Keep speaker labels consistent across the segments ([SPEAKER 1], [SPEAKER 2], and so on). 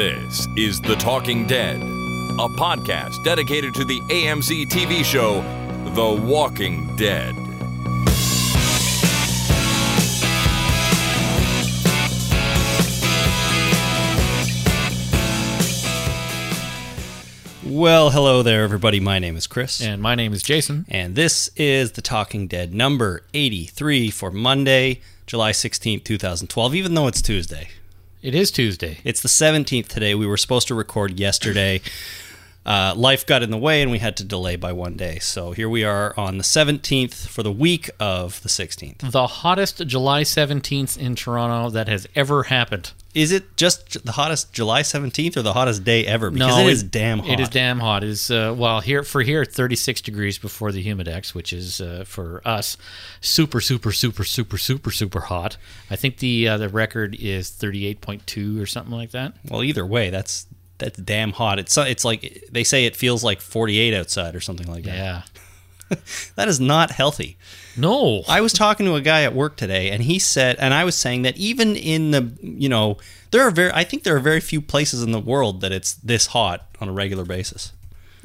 [SPEAKER 1] is The Talking Dead, a podcast dedicated to the AMC TV show The Walking Dead.
[SPEAKER 2] Well, hello there, everybody. My name is Chris.
[SPEAKER 3] And my name is Jason.
[SPEAKER 2] And this is The Talking Dead number 83 for Monday, July 16th, 2012, even though it's Tuesday.
[SPEAKER 3] It is Tuesday.
[SPEAKER 2] It's the 17th today. We were supposed to record yesterday. Uh, life got in the way and we had to delay by one day. So here we are on the 17th for the week of the 16th.
[SPEAKER 3] The hottest July 17th in Toronto that has ever happened.
[SPEAKER 2] Is it just the hottest July 17th or the hottest day ever? Because it is damn hot.
[SPEAKER 3] It is damn hot. It is uh, well here for here 36 degrees before the humidex, which is uh, for us super super super super super super hot. I think the uh, the record is 38.2 or something like that.
[SPEAKER 2] Well, either way, that's that's damn hot. It's it's like they say it feels like 48 outside or something like that.
[SPEAKER 3] Yeah.
[SPEAKER 2] That is not healthy.
[SPEAKER 3] No.
[SPEAKER 2] I was talking to a guy at work today, and he said, and I was saying that even in the, you know, there are very, I think there are very few places in the world that it's this hot on a regular basis.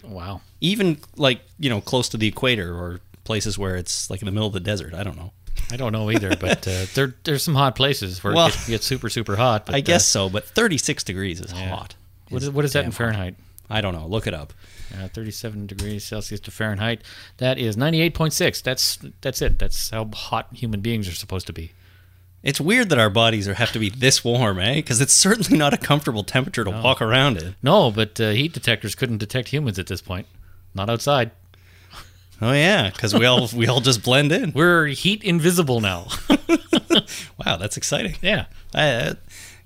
[SPEAKER 3] Wow.
[SPEAKER 2] Even like, you know, close to the equator or places where it's like in the middle of the desert. I don't know.
[SPEAKER 3] I don't know either, but uh, there there's some hot places where
[SPEAKER 2] Well,
[SPEAKER 3] it gets, gets super super hot. But,
[SPEAKER 2] I guess
[SPEAKER 3] uh,
[SPEAKER 2] so, but 36 degrees is
[SPEAKER 3] yeah.
[SPEAKER 2] hot.
[SPEAKER 3] What is, what is that in
[SPEAKER 2] damn hot.
[SPEAKER 3] Fahrenheit?
[SPEAKER 2] I don't know. Look it up.
[SPEAKER 3] Uh, 37 degrees Celsius to Fahrenheit. That is 98.6. That's that's it. That's how hot human beings are supposed to be.
[SPEAKER 2] It's weird that our bodies are, have to be this warm, eh? Because it's certainly not a comfortable temperature to walk around in.
[SPEAKER 3] No, but uh, heat detectors couldn't detect humans at this point. Not outside.
[SPEAKER 2] Oh yeah, because we all we all just blend in.
[SPEAKER 3] We're heat invisible now.
[SPEAKER 2] Wow, that's exciting.
[SPEAKER 3] yeah.
[SPEAKER 2] Uh,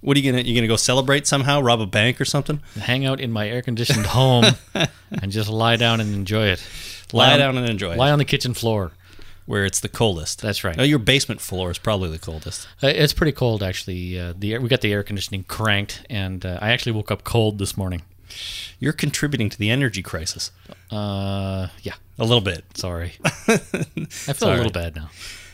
[SPEAKER 2] what are you gonna you gonna go celebrate somehow? Rob a bank or something?
[SPEAKER 3] Hang out in my air conditioned home and just lie down and enjoy it.
[SPEAKER 2] Lie
[SPEAKER 3] on-
[SPEAKER 2] down and enjoy
[SPEAKER 3] Lie
[SPEAKER 2] it,
[SPEAKER 3] on the kitchen floor.
[SPEAKER 2] where it's the coldest.
[SPEAKER 3] That's right.
[SPEAKER 2] Oh, your basement floor is probably the coldest.
[SPEAKER 3] Uh, It's pretty cold, actually. Uh, the air- we got the air conditioning cranked, and uh, I actually woke up cold this morning.
[SPEAKER 2] You're contributing to the energy crisis
[SPEAKER 3] Uh, yeah,
[SPEAKER 2] a little bit.
[SPEAKER 3] sorry. I feel
[SPEAKER 2] all
[SPEAKER 3] a little
[SPEAKER 2] right.
[SPEAKER 3] bad now.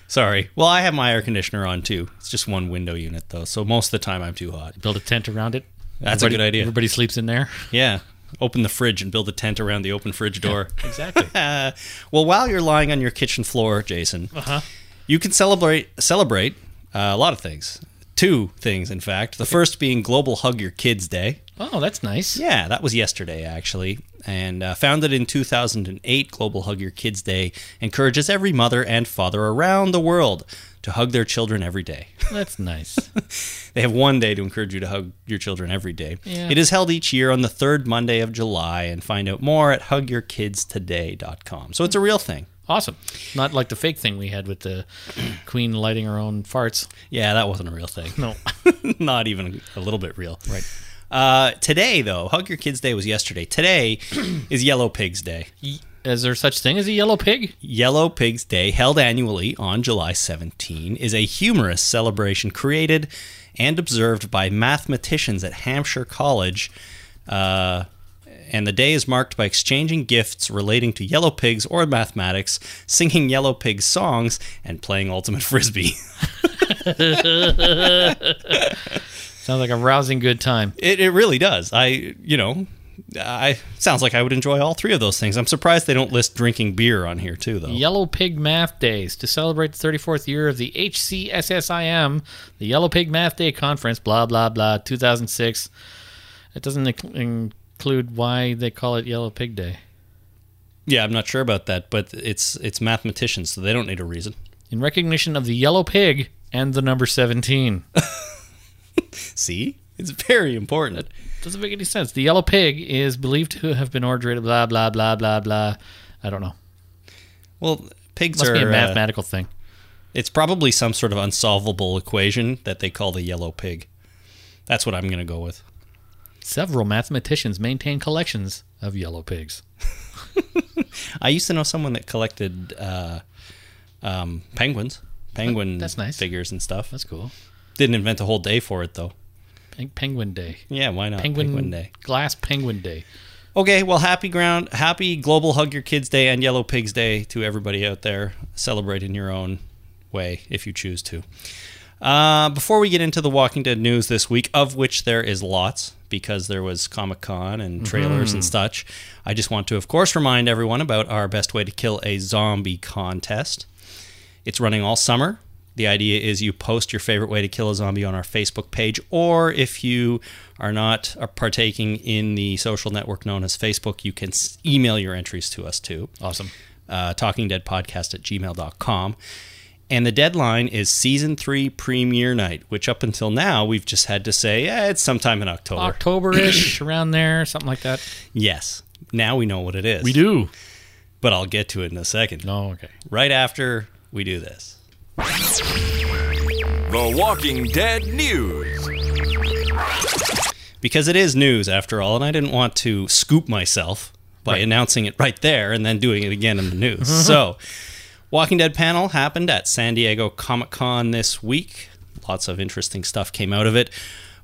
[SPEAKER 2] Sorry. Well, I have my air conditioner on too. It's just one window unit though, so most of the time I'm too hot.
[SPEAKER 3] build a tent around it.
[SPEAKER 2] That's a
[SPEAKER 3] Everybody-
[SPEAKER 2] good idea.
[SPEAKER 3] Everybody sleeps in there.
[SPEAKER 2] Yeah. Open the fridge and build a tent around the open fridge door.
[SPEAKER 3] Exactly.
[SPEAKER 2] Uh, well, while you're lying on your kitchen floor, Jason,
[SPEAKER 3] Uh-huh.
[SPEAKER 2] you can celebrate celebrate uh, a lot of things. Two things, in fact. The first being Global Hug Your Kids Day.
[SPEAKER 3] oh, that's nice.
[SPEAKER 2] Yeah, that was yesterday, actually. And uh, founded in 2008, Global Hug Your Kids Day encourages every mother and father around the world to hug their children every day.
[SPEAKER 3] That's nice.
[SPEAKER 2] They have one day to encourage you to hug your children every day.
[SPEAKER 3] Yeah.
[SPEAKER 2] It is held each year on the third Monday of July, and find out more at hugyourkidstoday.com. So it's a real thing.
[SPEAKER 3] awesome. Not like the fake thing we had with the queen lighting her own farts.
[SPEAKER 2] Yeah, that wasn't a real thing.
[SPEAKER 3] No.
[SPEAKER 2] Not even a little bit real.
[SPEAKER 3] Right.
[SPEAKER 2] Uh, today, though, Hug Your Kids Day was yesterday. Today is Yellow Pigs Day.
[SPEAKER 3] Is there such thing as a yellow pig?
[SPEAKER 2] Yellow Pigs Day, held annually on July 17, is a humorous celebration created and observed by mathematicians at Hampshire College. Uh, and the day is marked by exchanging gifts relating to yellow pigs or mathematics, singing yellow pig songs, and playing ultimate frisbee.
[SPEAKER 3] Sounds like a rousing good time.
[SPEAKER 2] It, it really does. I, you know, I sounds like I would enjoy all three of those things. I'm surprised they don't list drinking beer on here too, though.
[SPEAKER 3] Yellow Pig Math Days to celebrate the 34th year of the HCSSIM, the Yellow Pig Math Day Conference, blah, blah, blah, 2006. It doesn't inc- include why they call it Yellow Pig Day.
[SPEAKER 2] Yeah, I'm not sure about that, but it's it's mathematicians, so they don't need a reason.
[SPEAKER 3] In recognition of the yellow pig and the number 17.
[SPEAKER 2] See, it's very important.
[SPEAKER 3] Doesn't make any sense. The yellow pig is believed to have been originated. Blah blah blah blah blah. I don't know.
[SPEAKER 2] Well, pigs
[SPEAKER 3] Must
[SPEAKER 2] are.
[SPEAKER 3] be a
[SPEAKER 2] uh,
[SPEAKER 3] mathematical thing.
[SPEAKER 2] it's probably some sort of unsolvable equation that they call the yellow pig. That's what I'm going to go with.
[SPEAKER 3] Several mathematicians maintain collections of yellow pigs.
[SPEAKER 2] I used to know someone that collected uh, um, penguins, penguin
[SPEAKER 3] That's nice.
[SPEAKER 2] figures and stuff.
[SPEAKER 3] That's cool.
[SPEAKER 2] Didn't invent a whole day for it though.
[SPEAKER 3] Peng- penguin Day.
[SPEAKER 2] Yeah, why not?
[SPEAKER 3] Penguin,
[SPEAKER 2] Day.
[SPEAKER 3] Glass Penguin Day.
[SPEAKER 2] Okay, well, happy ground, happy Global Hug Your Kids Day and Yellow Pigs Day to everybody out there. Celebrate in your own way if you choose to. Uh, before we get into the Walking Dead news this week, of which there is lots, because there was Comic Con and trailers and such. I just want to, of course, remind everyone about our best way to kill a zombie contest. It's running all summer. The idea is you post your favorite way to kill a zombie on our Facebook page, or if you are not uh, partaking in the social network known as Facebook, you can s- email your entries to us too
[SPEAKER 3] Awesome.
[SPEAKER 2] uh, talkingdeadpodcast at gmail.com. And the deadline is season three premiere night, which up until now we've just had to say, eh, it's sometime in October.
[SPEAKER 3] October-ish, around there, something like that.
[SPEAKER 2] yes. Now we know what it is.
[SPEAKER 3] do.
[SPEAKER 2] But I'll get to it in a second.
[SPEAKER 3] No, okay.
[SPEAKER 2] Right after we do this.
[SPEAKER 1] The Walking Dead News.
[SPEAKER 2] Because it is news after all, and I didn't want to scoop myself by announcing it right there and then doing it again in the news. so, Walking Dead panel happened at San Diego Comic Con this week. Lots of interesting stuff came out of it.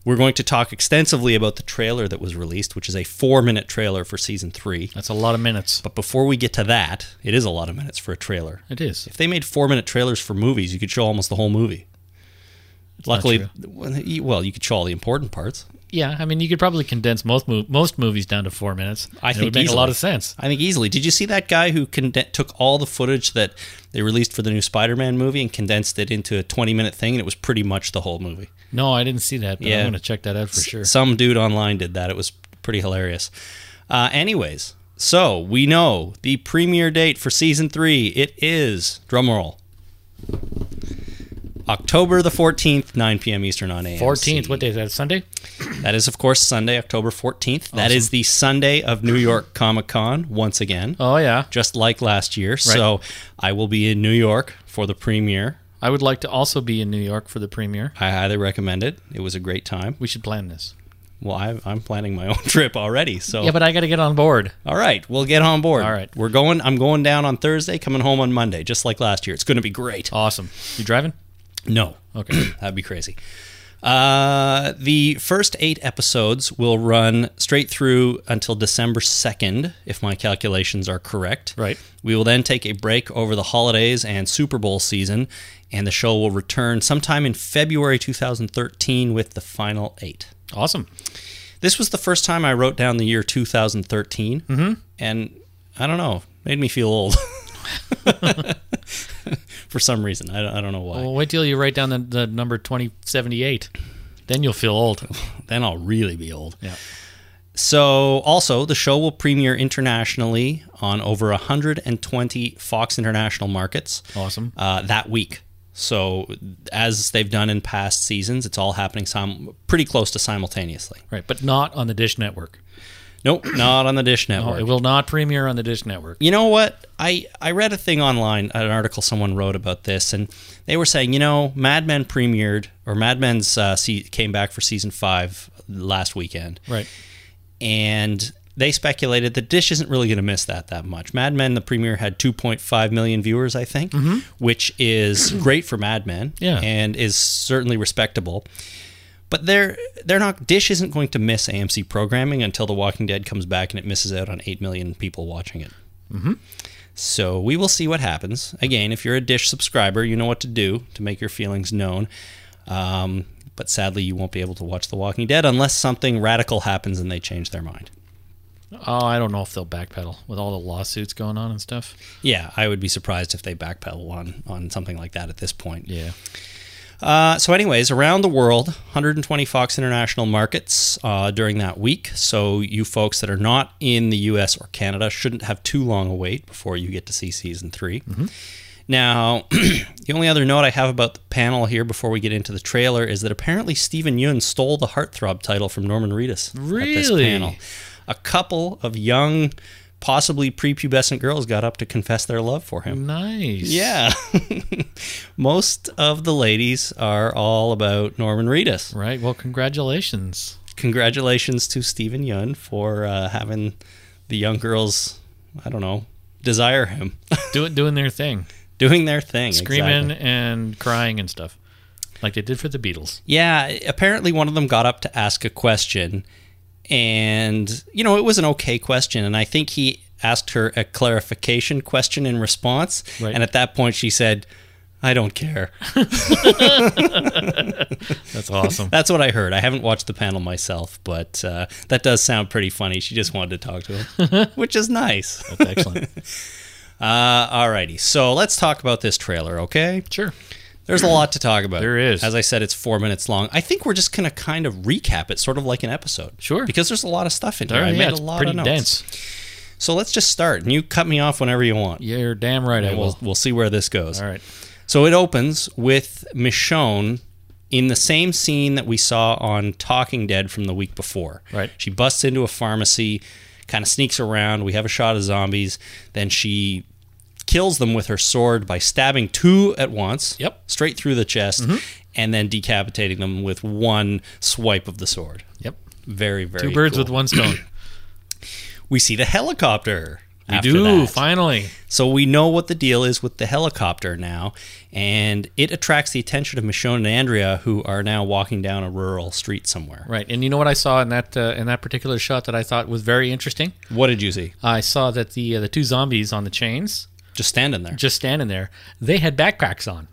[SPEAKER 2] We're going to talk extensively about the trailer that was released, which is a four minute trailer for season three.
[SPEAKER 3] That's a lot of minutes.
[SPEAKER 2] But before we get to that, it is a lot of minutes for a trailer.
[SPEAKER 3] It is.
[SPEAKER 2] If they made four minute trailers for movies, you could show almost the whole movie. Luckily,
[SPEAKER 3] true.
[SPEAKER 2] well, you could show all the important parts.
[SPEAKER 3] Yeah, I mean, you could probably condense most mo- most movies down to four minutes.
[SPEAKER 2] I think
[SPEAKER 3] and it would make
[SPEAKER 2] easily.
[SPEAKER 3] a lot of sense.
[SPEAKER 2] I think easily. Did you see that guy who conde- took all the footage that they released for the new Spider-Man movie and condensed it into a 20-minute thing, and it was pretty much the whole movie?
[SPEAKER 3] No, I didn't see that, but
[SPEAKER 2] Yeah.
[SPEAKER 3] I'm going to check that out for sure.
[SPEAKER 2] Some dude online did that. It was pretty hilarious. Uh, anyways, so we know the premiere date for season three. It is drumroll. October the 14th, 9 p.m. Eastern on AMC.
[SPEAKER 3] 14th, what day is that? Sunday?
[SPEAKER 2] That is, of course, Sunday, October 14th. That is the Sunday of New York Comic Con once again.
[SPEAKER 3] Oh, yeah.
[SPEAKER 2] just like last year. So I will be in New York for the premiere.
[SPEAKER 3] I would like to also be in New York for the premiere.
[SPEAKER 2] I highly recommend it. It was a great time.
[SPEAKER 3] We should plan this.
[SPEAKER 2] Well, I, I'm planning my own trip already. So
[SPEAKER 3] Yeah, but I got to get on board.
[SPEAKER 2] all right, we'll get on board.
[SPEAKER 3] All right.
[SPEAKER 2] we're going. I'm going down on Thursday, coming home on Monday, just like last year. It's going to be great.
[SPEAKER 3] Awesome. You driving?
[SPEAKER 2] No,
[SPEAKER 3] Okay.
[SPEAKER 2] that'd be crazy. Uh, the first eight episodes will run straight through until December 2nd, if my calculations are correct.
[SPEAKER 3] Right.
[SPEAKER 2] We will then take a break over the holidays and Super Bowl season, and the show will return sometime in February 2013 with the final eight.
[SPEAKER 3] Awesome.
[SPEAKER 2] This was the first time I wrote down the year 2013, mm-hmm. and I don't know, made me feel old. For some reason, I don't, I don't know why.
[SPEAKER 3] Well, wait till you write down the, the number 2078. Then you'll feel old.
[SPEAKER 2] Then I'll really be old.
[SPEAKER 3] Yeah.
[SPEAKER 2] So, also, the show will premiere internationally on over 120 Fox International markets
[SPEAKER 3] Awesome.
[SPEAKER 2] uh, that week. So, as they've done in past seasons, it's all happening sim- pretty close to simultaneously.
[SPEAKER 3] Right, but not on the Dish Network.
[SPEAKER 2] Nope, not on the Dish
[SPEAKER 3] Oh,
[SPEAKER 2] Network.
[SPEAKER 3] it will not premiere on the Dish Network.
[SPEAKER 2] you know what? I, I read a thing online, an article someone wrote about this, and they were saying, you know, Mad Men premiered, or Mad Men's uh, se- came back for season five last weekend.
[SPEAKER 3] Right.
[SPEAKER 2] and they speculated that Dish isn't really going to miss that that much. Mad Men, the premiere, had 2.5 million viewers, I think, which is great for Mad Men,
[SPEAKER 3] Yeah.
[SPEAKER 2] and is certainly respectable. But they're they're not Dish isn't going to miss AMC programming until The Walking Dead comes back and it misses out on eight million people watching it. So we will see what happens. Again, if you're a Dish subscriber, you know what to do to make your feelings known. Um, but sadly, you won't be able to watch The Walking Dead unless something radical happens and they change their mind.
[SPEAKER 3] Oh, I don't know if they'll backpedal with all the lawsuits going on and stuff.
[SPEAKER 2] Yeah, I would be surprised if they backpedal on on something like that at this point.
[SPEAKER 3] Yeah.
[SPEAKER 2] Uh, so, anyways, around the world, 120 Fox International markets uh, during that week. So, you folks that are not in the U.S. or Canada shouldn't have too long a wait before you get to see season 3 Now, the only other note I have about the panel here before we get into the trailer is that apparently Stephen Yun stole the heartthrob title from Norman Reedus at this
[SPEAKER 3] Really?
[SPEAKER 2] panel. A couple of young, possibly prepubescent girls got up to confess their love for him.
[SPEAKER 3] Nice.
[SPEAKER 2] Yeah. Most of the ladies are all about Norman Reedus.
[SPEAKER 3] Right. Well, congratulations.
[SPEAKER 2] Congratulations to Stephen Yun for uh, having the young girls, I don't know, desire him,
[SPEAKER 3] Do, doing their thing,
[SPEAKER 2] doing their thing.
[SPEAKER 3] screaming
[SPEAKER 2] exactly.
[SPEAKER 3] and crying and stuff, like they did for the Beatles.
[SPEAKER 2] Yeah. Apparently, one of them got up to ask a question. And, you know, it was an okay question. And I think he asked her a clarification question in response.
[SPEAKER 3] Right.
[SPEAKER 2] And at that point, she said, I don't care.
[SPEAKER 3] That's awesome.
[SPEAKER 2] That's what I heard. I haven't watched the panel myself, but uh, that does sound pretty funny. She just wanted to talk to him, which is nice.
[SPEAKER 3] That's excellent.
[SPEAKER 2] Uh, alrighty, so let's talk about this trailer, okay?
[SPEAKER 3] Sure.
[SPEAKER 2] There's a lot to talk about.
[SPEAKER 3] There is.
[SPEAKER 2] As I said, it's four minutes long. I think we're just going to kind of recap it, sort of like an episode.
[SPEAKER 3] Sure.
[SPEAKER 2] Because there's a lot of stuff in
[SPEAKER 3] All
[SPEAKER 2] here.
[SPEAKER 3] right,
[SPEAKER 2] I
[SPEAKER 3] yeah,
[SPEAKER 2] made
[SPEAKER 3] it's
[SPEAKER 2] a lot
[SPEAKER 3] pretty
[SPEAKER 2] of notes.
[SPEAKER 3] dense.
[SPEAKER 2] So let's just start, and you cut me off whenever you want.
[SPEAKER 3] Yeah, you're damn right. I
[SPEAKER 2] And we'll,
[SPEAKER 3] will.
[SPEAKER 2] we'll see where this goes.
[SPEAKER 3] All right.
[SPEAKER 2] So it opens with Michonne in the same scene that we saw on Talking Dead from the week before.
[SPEAKER 3] Right.
[SPEAKER 2] She busts into a pharmacy, kind of sneaks around. We have a shot of zombies. Then she kills them with her sword by stabbing two at once.
[SPEAKER 3] Yep. Mm-hmm.
[SPEAKER 2] Straight through the chest. And then decapitating them with one swipe of the sword.
[SPEAKER 3] Yep.
[SPEAKER 2] Very, very
[SPEAKER 3] Two birds
[SPEAKER 2] cool.
[SPEAKER 3] with one stone.
[SPEAKER 2] We see the helicopter.
[SPEAKER 3] We
[SPEAKER 2] after
[SPEAKER 3] do
[SPEAKER 2] that.
[SPEAKER 3] finally.
[SPEAKER 2] So we know what the deal is with the helicopter now, and it attracts the attention of Michonne and Andrea, who are now walking down a rural street somewhere.
[SPEAKER 3] Right. And you know what I saw in that uh, in that particular shot that I thought was very interesting?
[SPEAKER 2] What did you see?
[SPEAKER 3] I saw that the uh, the two zombies on the chains
[SPEAKER 2] Just standing there.
[SPEAKER 3] just standing there. They had backpacks on.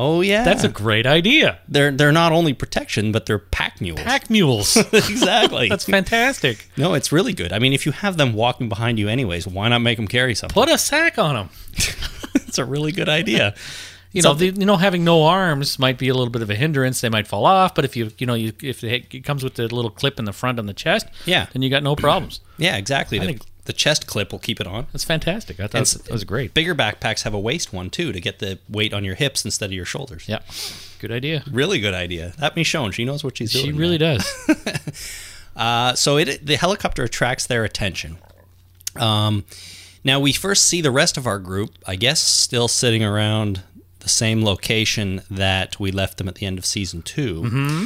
[SPEAKER 2] Oh yeah,
[SPEAKER 3] That's a great idea.
[SPEAKER 2] they're they're not only protection, but they're pack mules.
[SPEAKER 3] Pack mules.
[SPEAKER 2] exactly.
[SPEAKER 3] That's fantastic.
[SPEAKER 2] no, it's really good. I mean, if you have them walking behind you anyways, why not make them carry something?
[SPEAKER 3] Put a sack on them.
[SPEAKER 2] It's a really good idea.
[SPEAKER 3] You know, the,
[SPEAKER 2] Something-
[SPEAKER 3] you know, having no arms might be a little bit of a hindrance. They might fall off, but if you, you know, you, if it, it comes with the little clip in the front on the chest,
[SPEAKER 2] Yeah.
[SPEAKER 3] then you got no problems.
[SPEAKER 2] Yeah, exactly. The,
[SPEAKER 3] think-
[SPEAKER 2] the chest clip will keep it on.
[SPEAKER 3] That's fantastic. I thought
[SPEAKER 2] It's-
[SPEAKER 3] that was great.
[SPEAKER 2] Bigger backpacks have a waist one too to get the weight on your hips instead of your shoulders.
[SPEAKER 3] Yeah, good idea.
[SPEAKER 2] Really good idea. That Michonne, she knows what she's doing.
[SPEAKER 3] She
[SPEAKER 2] man.
[SPEAKER 3] really does.
[SPEAKER 2] Uh, so it the helicopter attracts their attention. Um, now we first see the rest of our group, I guess, still sitting around the same location that we left them at the end of season 2
[SPEAKER 3] Mm-hmm.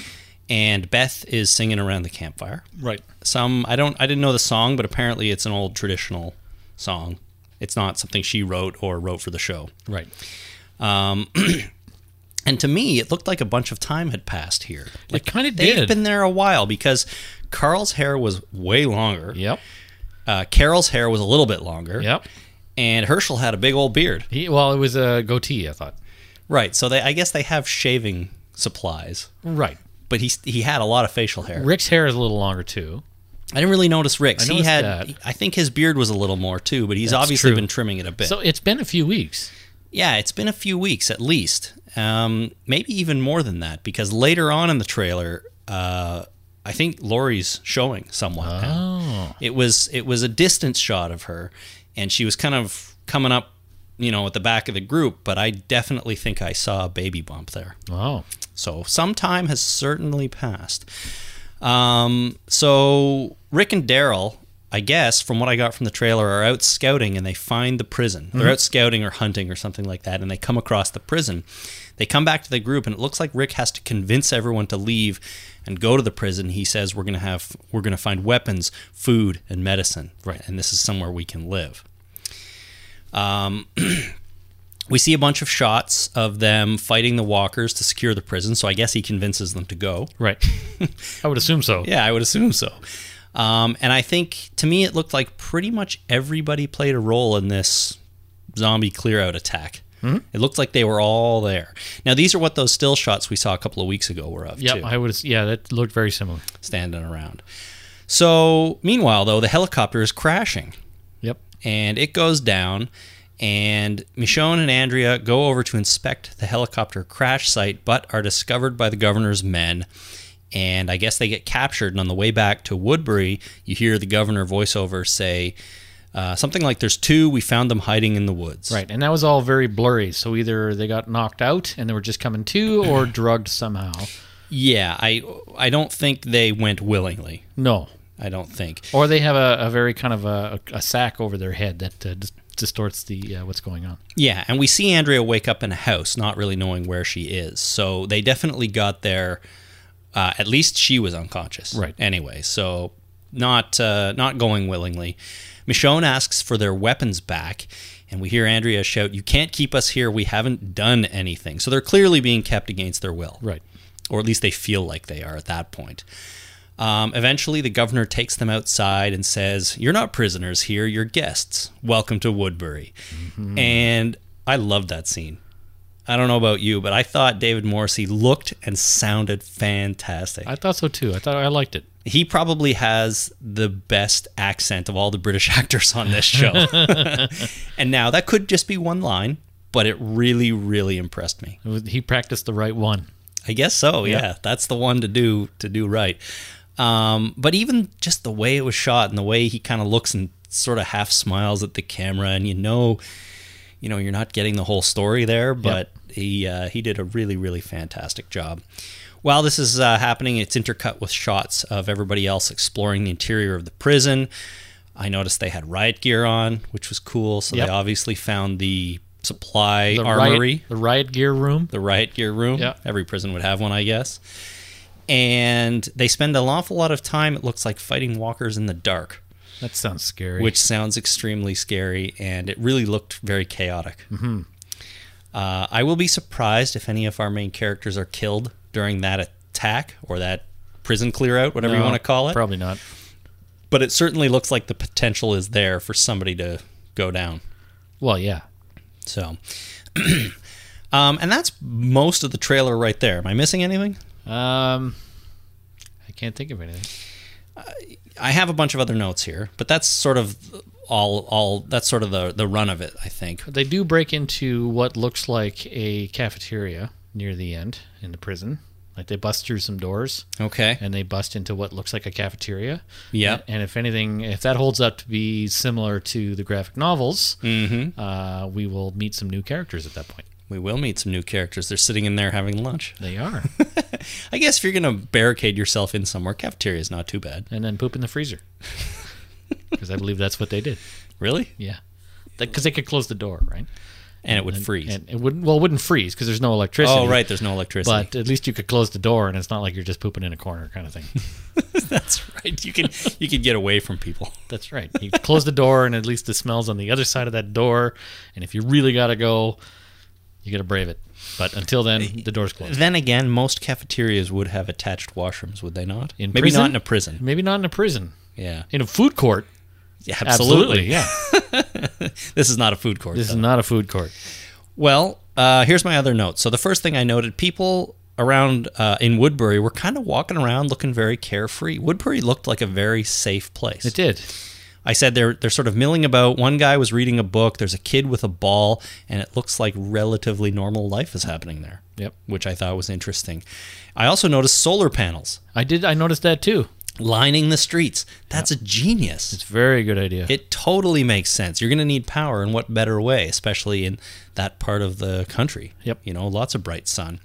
[SPEAKER 2] And Beth is singing around the campfire.
[SPEAKER 3] right.
[SPEAKER 2] Some I don't I didn't know the song, but apparently it's an old traditional song. It's not something she wrote or wrote for the show.
[SPEAKER 3] Right.
[SPEAKER 2] And to me, it looked like a bunch of time had passed here. Like
[SPEAKER 3] kinda
[SPEAKER 2] they've
[SPEAKER 3] did.
[SPEAKER 2] been there a while because Carl's hair was way longer.
[SPEAKER 3] Yep.
[SPEAKER 2] Uh, Carol's hair was a little bit longer.
[SPEAKER 3] Yep.
[SPEAKER 2] And Herschel had a big old beard.
[SPEAKER 3] He, well, it was a goatee, I thought.
[SPEAKER 2] Right. So they, I guess they have shaving supplies,
[SPEAKER 3] Right.
[SPEAKER 2] but he he had a lot of facial hair.
[SPEAKER 3] Rick's hair is a little longer too.
[SPEAKER 2] I didn't really notice Rick's.
[SPEAKER 3] I
[SPEAKER 2] he
[SPEAKER 3] noticed
[SPEAKER 2] had.
[SPEAKER 3] that.
[SPEAKER 2] I think his beard was a little more too, but he's
[SPEAKER 3] That's
[SPEAKER 2] obviously
[SPEAKER 3] true.
[SPEAKER 2] been trimming it a bit.
[SPEAKER 3] So it's been a few weeks.
[SPEAKER 2] yeah, it's been a few weeks at least, um, maybe even more than that, because later on in the trailer, uh, I think Lori's showing somewhat. now. It was it was a distance shot of her, and she was kind of coming up, you know, at the back of the group. But I definitely think I saw a baby bump there.
[SPEAKER 3] Oh,
[SPEAKER 2] So some time has certainly passed. Um, so Rick and Daryl, I guess, from what I got from the trailer, are out scouting and they find the prison. They're out scouting or hunting or something like that, and they come across the prison. They come back to the group, and it looks like Rick has to convince everyone to leave and go to the prison. He says we're gonna have we're gonna find weapons, food, and medicine.
[SPEAKER 3] Right.
[SPEAKER 2] and this is somewhere we can live. We see a bunch of shots of them fighting the walkers to secure the prison, so I guess he convinces them to go.
[SPEAKER 3] right. I would assume so.
[SPEAKER 2] Yeah, I would assume so. Um, and I think to me, it looked like pretty much everybody played a role in this zombie clear out attack. It looked like they were all there. Now, these are what those still shots we saw a couple of weeks ago were of,
[SPEAKER 3] Yep.
[SPEAKER 2] too,
[SPEAKER 3] I would. as- Yeah, that looked very similar.
[SPEAKER 2] standing around. So, meanwhile, though, the helicopter is crashing
[SPEAKER 3] Yep.
[SPEAKER 2] and it goes down. And Michonne and Andrea go over to inspect the helicopter crash site, but are discovered by the governor's men. And I guess they get captured. And on the way back to Woodbury, you hear the governor voiceover say uh, something like, There's two, we found them hiding in the woods.
[SPEAKER 3] Right. And that was all very blurry. So either they got knocked out and they were just coming to, or drugged somehow.
[SPEAKER 2] Yeah, I, I don't think they went willingly.
[SPEAKER 3] No.
[SPEAKER 2] I don't think.
[SPEAKER 3] Or they have a, a very kind of a, a sack over their head that uh, dis- distorts the uh, what's going on.
[SPEAKER 2] Yeah, and we see Andrea wake up in a house, not really knowing where she is. So they definitely got there. Uh, at least she was unconscious,
[SPEAKER 3] Right.
[SPEAKER 2] Anyway, so not uh, not going willingly. Michonne asks for their weapons back, and we hear Andrea shout, "You can't keep us here. We haven't done anything." So they're clearly being kept against their will,
[SPEAKER 3] Right.
[SPEAKER 2] or at least they feel like they are at that point. Um, eventually, the governor takes them outside and says, You're not prisoners here, you're guests. Welcome to Woodbury. And I love that scene. I don't know about you, but I thought David Morrissey looked and sounded fantastic.
[SPEAKER 3] I thought so too. I thought I liked it.
[SPEAKER 2] he probably has the best accent of all the British actors on this show. and now that could just be one line, but it really, really impressed me.
[SPEAKER 3] It was- He practiced the right one.
[SPEAKER 2] I guess so. Yeah, that's the one to do to do right. Um, but even just the way it was shot and the way he kind of looks and sort of half smiles at the camera, and you know, you know, you're not getting the whole story there, but he uh, he did a really really fantastic job. While this is uh, happening, it's intercut with shots of everybody else exploring the interior of the prison. I noticed they had riot gear on, which was cool. So
[SPEAKER 3] Yep.
[SPEAKER 2] they obviously found the supply
[SPEAKER 3] The
[SPEAKER 2] armory
[SPEAKER 3] riot, the riot gear room.
[SPEAKER 2] the riot gear room.
[SPEAKER 3] Yeah.
[SPEAKER 2] Every prison would have one, I guess. And they spend an awful lot of time, it looks like, fighting walkers in the dark,
[SPEAKER 3] That sounds scary.
[SPEAKER 2] which sounds extremely scary. And it really looked very chaotic. Mm-hmm. Uh, I will be surprised if any of our main characters are killed during that attack or that prison clear out, whatever you
[SPEAKER 3] No,
[SPEAKER 2] want to call it.
[SPEAKER 3] Probably not.
[SPEAKER 2] but it certainly looks like the potential is there for somebody to go down.
[SPEAKER 3] Well, yeah.
[SPEAKER 2] So. Um, and that's most of the trailer right there. Am I missing anything?
[SPEAKER 3] Um, I can't think of anything.
[SPEAKER 2] I have a bunch of other notes here, but that's sort of all all that's sort of the the run of it, I think.
[SPEAKER 3] They do break into what looks like a cafeteria near the end in the prison. Like they bust through some doors
[SPEAKER 2] Okay.
[SPEAKER 3] and they bust into what looks like a cafeteria.
[SPEAKER 2] Yeah.
[SPEAKER 3] And if anything, if that holds up to be similar to the graphic novels,
[SPEAKER 2] Mm-hmm.
[SPEAKER 3] uh, we will meet some new characters at that point.
[SPEAKER 2] We will meet some new characters. They're sitting in there having lunch.
[SPEAKER 3] They are.
[SPEAKER 2] I guess if you're gonna barricade yourself in somewhere, cafeteria is not too bad.
[SPEAKER 3] and then poop in the freezer. Because I believe that's what they did.
[SPEAKER 2] Really?
[SPEAKER 3] Yeah. Because they could close the door, right?
[SPEAKER 2] And it would freeze.
[SPEAKER 3] And it wouldn't, well, it wouldn't freeze because there's no electricity.
[SPEAKER 2] oh right, there's no electricity.
[SPEAKER 3] But at least you could close the door and it's not like you're just pooping in a corner kind of thing.
[SPEAKER 2] that's right. You can you can get away from people.
[SPEAKER 3] That's right. You close the door, and at least the smell's on the other side of that door. And if you really gotta go, you gotta brave it. But until then, the door's closed.
[SPEAKER 2] Then again, most cafeterias would have attached washrooms, would they not?
[SPEAKER 3] In
[SPEAKER 2] Maybe
[SPEAKER 3] prison?
[SPEAKER 2] not in a prison.
[SPEAKER 3] Maybe not in a prison,
[SPEAKER 2] Yeah.
[SPEAKER 3] in a food court.
[SPEAKER 2] Absolutely.
[SPEAKER 3] yeah.
[SPEAKER 2] This is not a food court.
[SPEAKER 3] This
[SPEAKER 2] though.
[SPEAKER 3] is not a food court.
[SPEAKER 2] Well, uh, here's my other note. So the first thing I noted, people around uh, in Woodbury were kind of walking around looking very carefree. Woodbury looked like a very safe place.
[SPEAKER 3] It did.
[SPEAKER 2] I said they're they're sort of milling about. One guy was reading a book. There's a kid with a ball, and it looks like relatively normal life is happening there.
[SPEAKER 3] Yep.
[SPEAKER 2] Which I thought was interesting. I also noticed solar panels
[SPEAKER 3] I did. I noticed that too.
[SPEAKER 2] lining the streets. That's a genius.
[SPEAKER 3] It's a very good idea.
[SPEAKER 2] It totally makes sense. You're going to need power, and what better way, especially in that part of the country?
[SPEAKER 3] Yep.
[SPEAKER 2] You know, lots of bright sun.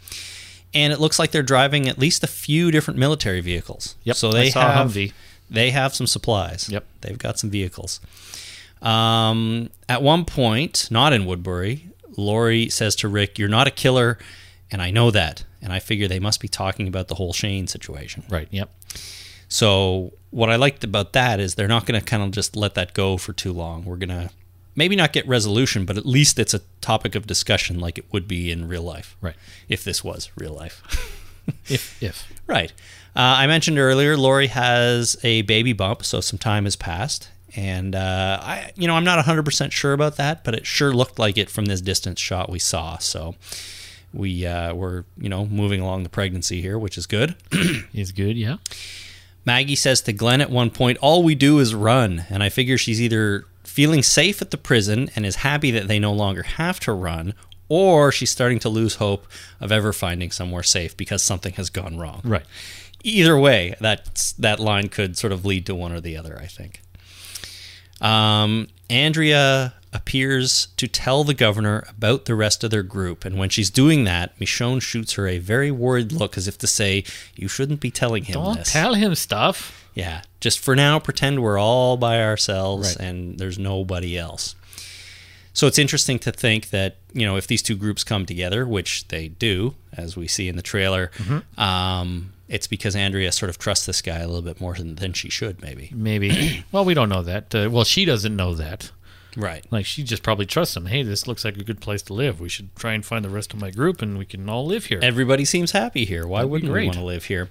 [SPEAKER 2] And it looks like they're driving at least a few different military vehicles.
[SPEAKER 3] Yep,
[SPEAKER 2] So
[SPEAKER 3] I
[SPEAKER 2] they
[SPEAKER 3] saw a
[SPEAKER 2] have
[SPEAKER 3] Humvee.
[SPEAKER 2] they have some supplies.
[SPEAKER 3] Yep.
[SPEAKER 2] They've got some vehicles. Um, at one point, not in Woodbury, Lori says to Rick, "You're not a killer, and I know that." And I figure they must be talking about the whole Shane situation.
[SPEAKER 3] right. Yep.
[SPEAKER 2] So what I liked about that is they're not going to kind of just let that go for too long. We're going to maybe not get resolution, but at least it's a topic of discussion like it would be in real life.
[SPEAKER 3] Right.
[SPEAKER 2] If this was real life.
[SPEAKER 3] If if
[SPEAKER 2] right. Uh, I mentioned earlier, Lori has a baby bump, so some time has passed. And uh, I, you know, I'm not 100% sure about that, but it sure looked like it from this distance shot we saw. So we uh, were, you know, moving along the pregnancy here, which is good.
[SPEAKER 3] is good. Yeah.
[SPEAKER 2] Maggie says to Glenn at one point, All we do is run. And I figure she's either feeling safe at the prison and is happy that they no longer have to run, or she's starting to lose hope of ever finding somewhere safe because something has gone wrong.
[SPEAKER 3] Right.
[SPEAKER 2] Either way, that's, that line could sort of lead to one or the other, I think. Um, Andrea appears to tell the governor about the rest of their group, and when she's doing that, Michonne shoots her a very worried look as if to say, You shouldn't be telling him
[SPEAKER 3] Don't
[SPEAKER 2] this.
[SPEAKER 3] tell him stuff.
[SPEAKER 2] Yeah, just for now, pretend we're all by ourselves
[SPEAKER 3] Right.
[SPEAKER 2] and there's nobody else. So it's interesting to think that you know if these two groups come together, which they do, as we see in the trailer, um, it's because Andrea sort of trusts this guy a little bit more than, than she should, maybe.
[SPEAKER 3] Mm. Maybe. well, we don't know that. Uh, well, she doesn't know that.
[SPEAKER 2] Right.
[SPEAKER 3] Like she just probably trusts him. Hey, this looks like a good place to live. We should try and find the rest of my group, and we can all live here.
[SPEAKER 2] Everybody seems happy here. Why
[SPEAKER 3] That'd be
[SPEAKER 2] wouldn't we
[SPEAKER 3] great.
[SPEAKER 2] want to live here?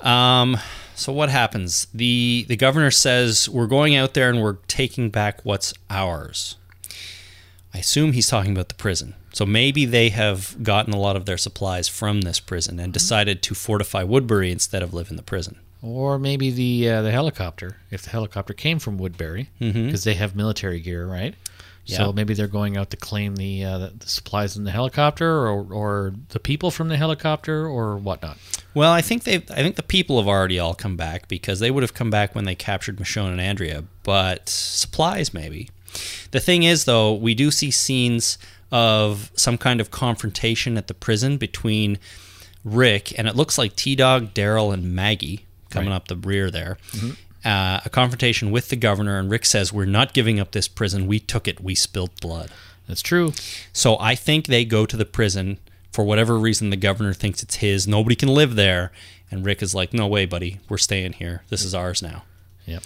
[SPEAKER 2] Um, so what happens? The the governor says we're going out there and we're taking back what's ours. I I assume he's talking about the prison. So maybe they have gotten a lot of their supplies from this prison
[SPEAKER 3] Mm-hmm.
[SPEAKER 2] and decided to fortify Woodbury instead of live in the prison.
[SPEAKER 3] Or maybe the uh, the helicopter, if the helicopter came from Woodbury, because they have military gear, right?
[SPEAKER 2] Yeah.
[SPEAKER 3] So maybe they're going out to claim the, uh, the supplies in the helicopter, or, or the people from the helicopter, or whatnot.
[SPEAKER 2] Well, I think they have I think the people have already all come back because they would have come back when they captured Michonne and Andrea, but supplies maybe. The thing is though, we do see scenes of some kind of confrontation at the prison between Rick and it looks like T Dog, Daryl, and Maggie coming up the rear there. Uh, a confrontation with the governor, and Rick says, "We're not giving up this prison. We took it. We spilled blood."
[SPEAKER 3] That's true.
[SPEAKER 2] So I think they go to the prison for whatever reason. The governor thinks it's his. Nobody can live there. And Rick is like, no way, buddy. We're staying here. This is ours now.
[SPEAKER 3] Yep.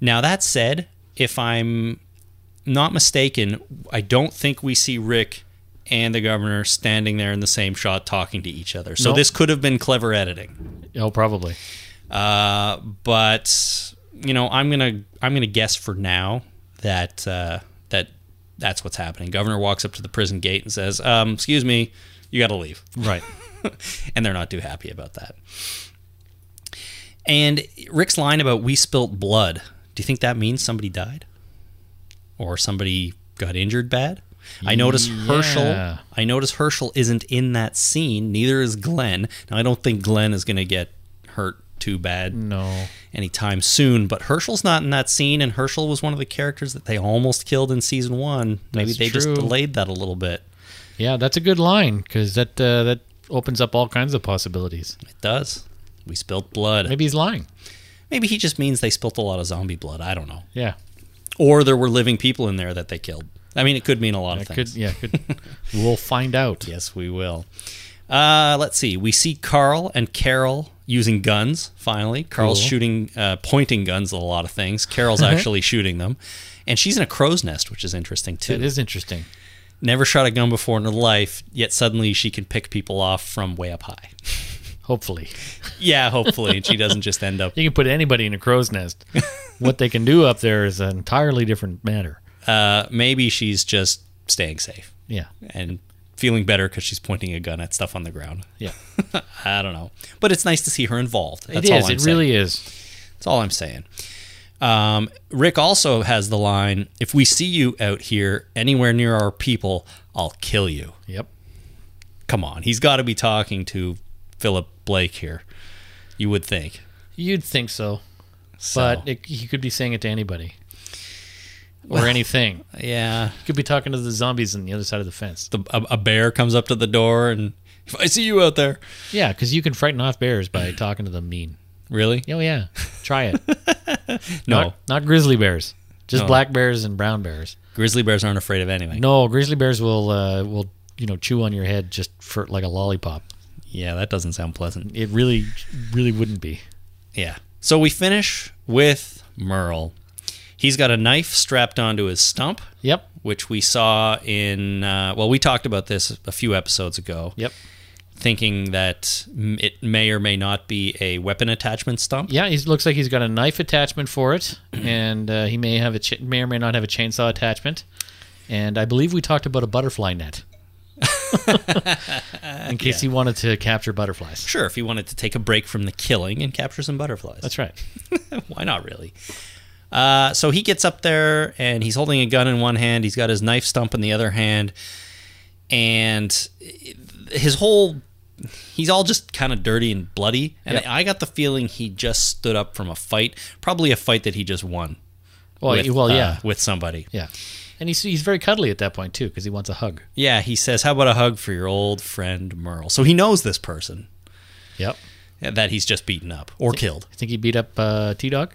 [SPEAKER 2] Now, that said, if I'm not mistaken, I don't think we see Rick and the governor standing there in the same shot talking to each other. So
[SPEAKER 3] Nope.
[SPEAKER 2] this could have been clever editing.
[SPEAKER 3] Oh, probably.
[SPEAKER 2] Uh, but you know, I'm gonna I'm gonna guess for now that uh, that that's what's happening. Governor walks up to the prison gate and says, um, "Excuse me, you got to leave."
[SPEAKER 3] Right.
[SPEAKER 2] and they're not too happy about that. And Rick's line about we spilt blood. Do you think that means somebody died? Or somebody got injured bad? I notice
[SPEAKER 3] Yeah.
[SPEAKER 2] Herschel. I notice Herschel isn't in that scene. Neither is Glenn. Now I don't think Glenn is going to get hurt too bad
[SPEAKER 3] No.
[SPEAKER 2] anytime soon. But Herschel's not in that scene, and Herschel was one of the characters that they almost killed in season one. Maybe
[SPEAKER 3] That's
[SPEAKER 2] they just
[SPEAKER 3] true.
[SPEAKER 2] delayed that a little bit.
[SPEAKER 3] Yeah, that's a good line because that uh, that opens up all kinds of possibilities.
[SPEAKER 2] It does. We spilt blood.
[SPEAKER 3] Maybe he's lying.
[SPEAKER 2] Maybe he just means they spilt a lot of zombie blood. I don't know.
[SPEAKER 3] Yeah.
[SPEAKER 2] Or there were living people in there that they killed. I mean, it could mean a lot
[SPEAKER 3] I
[SPEAKER 2] of things.
[SPEAKER 3] could. Yeah. Could, we'll find out.
[SPEAKER 2] Yes, we will. Uh, let's see. We see Carl and Carol using guns. Finally, Carl's
[SPEAKER 3] Cool. Uh-huh.
[SPEAKER 2] shooting, uh, pointing guns at a lot of things. Carol's actually shooting them, and she's in a crow's nest, which is interesting too.
[SPEAKER 3] It is interesting.
[SPEAKER 2] Never shot a gun before in her life, yet suddenly she can pick people off from way up high.
[SPEAKER 3] Hopefully,
[SPEAKER 2] yeah, hopefully she doesn't just end up
[SPEAKER 3] you can put anybody in a crow's nest. what they can do up there is an entirely different matter.
[SPEAKER 2] Uh, maybe she's just staying safe
[SPEAKER 3] Yeah.
[SPEAKER 2] and feeling better because she's pointing a gun at stuff on the ground.
[SPEAKER 3] Yeah.
[SPEAKER 2] I don't know, but it's nice to see her involved. That's
[SPEAKER 3] it
[SPEAKER 2] all
[SPEAKER 3] is.
[SPEAKER 2] I'm
[SPEAKER 3] it
[SPEAKER 2] saying.
[SPEAKER 3] really is.
[SPEAKER 2] That's all I'm saying. Um, Rick also has the line: "If we see you out here anywhere near our people, I'll kill you."
[SPEAKER 3] Yep.
[SPEAKER 2] Come on, he's got to be talking to Philip Blake here. You would think,
[SPEAKER 3] You'd think so,
[SPEAKER 2] So,
[SPEAKER 3] but it, he could be saying it to anybody or anything.
[SPEAKER 2] yeah,
[SPEAKER 3] He could be talking to the zombies on the other side of the fence.
[SPEAKER 2] the, a, a bear comes up to the door and if I see you out there,
[SPEAKER 3] Yeah, because you can frighten off bears by talking to them mean.
[SPEAKER 2] really?
[SPEAKER 3] Oh yeah, try it.
[SPEAKER 2] No,
[SPEAKER 3] Not, not grizzly bears, just
[SPEAKER 2] No.
[SPEAKER 3] black bears and brown bears.
[SPEAKER 2] grizzly bears aren't afraid of anything.
[SPEAKER 3] No, grizzly bears will uh, will you know chew on your head just for like a lollipop.
[SPEAKER 2] Yeah, that doesn't sound pleasant.
[SPEAKER 3] It really, really wouldn't be.
[SPEAKER 2] Yeah. So we finish with Merle. He's got a knife strapped onto his stump,
[SPEAKER 3] Yep,
[SPEAKER 2] which we saw in. Uh, well, we talked about this a few episodes ago,
[SPEAKER 3] yep,
[SPEAKER 2] thinking that m- it may or may not be a weapon attachment stump.
[SPEAKER 3] yeah. He looks like he's got a knife attachment for it, and uh, he may have a ch- may or may not have a chainsaw attachment. And I believe we talked about a butterfly net. In case he wanted to capture butterflies.
[SPEAKER 2] Sure, if he wanted to take a break from the killing and capture some butterflies.
[SPEAKER 3] That's right.
[SPEAKER 2] Why not, really? Uh, so he gets up there and he's holding a gun in one hand. He's got his knife stump in the other hand. And his whole. He's all just kind of dirty and bloody. And
[SPEAKER 3] Yep.
[SPEAKER 2] I got the feeling he just stood up from a fight, probably a fight that he just won.
[SPEAKER 3] Well,
[SPEAKER 2] with,
[SPEAKER 3] well,
[SPEAKER 2] uh,
[SPEAKER 3] yeah,
[SPEAKER 2] with somebody.
[SPEAKER 3] yeah. And he's he's very cuddly at that point too because he wants a hug.
[SPEAKER 2] Yeah, he says, How about a hug for your old friend Merle? So he knows this person
[SPEAKER 3] Yep.
[SPEAKER 2] that he's just beaten up or killed.
[SPEAKER 3] I think he beat up uh, T Dog.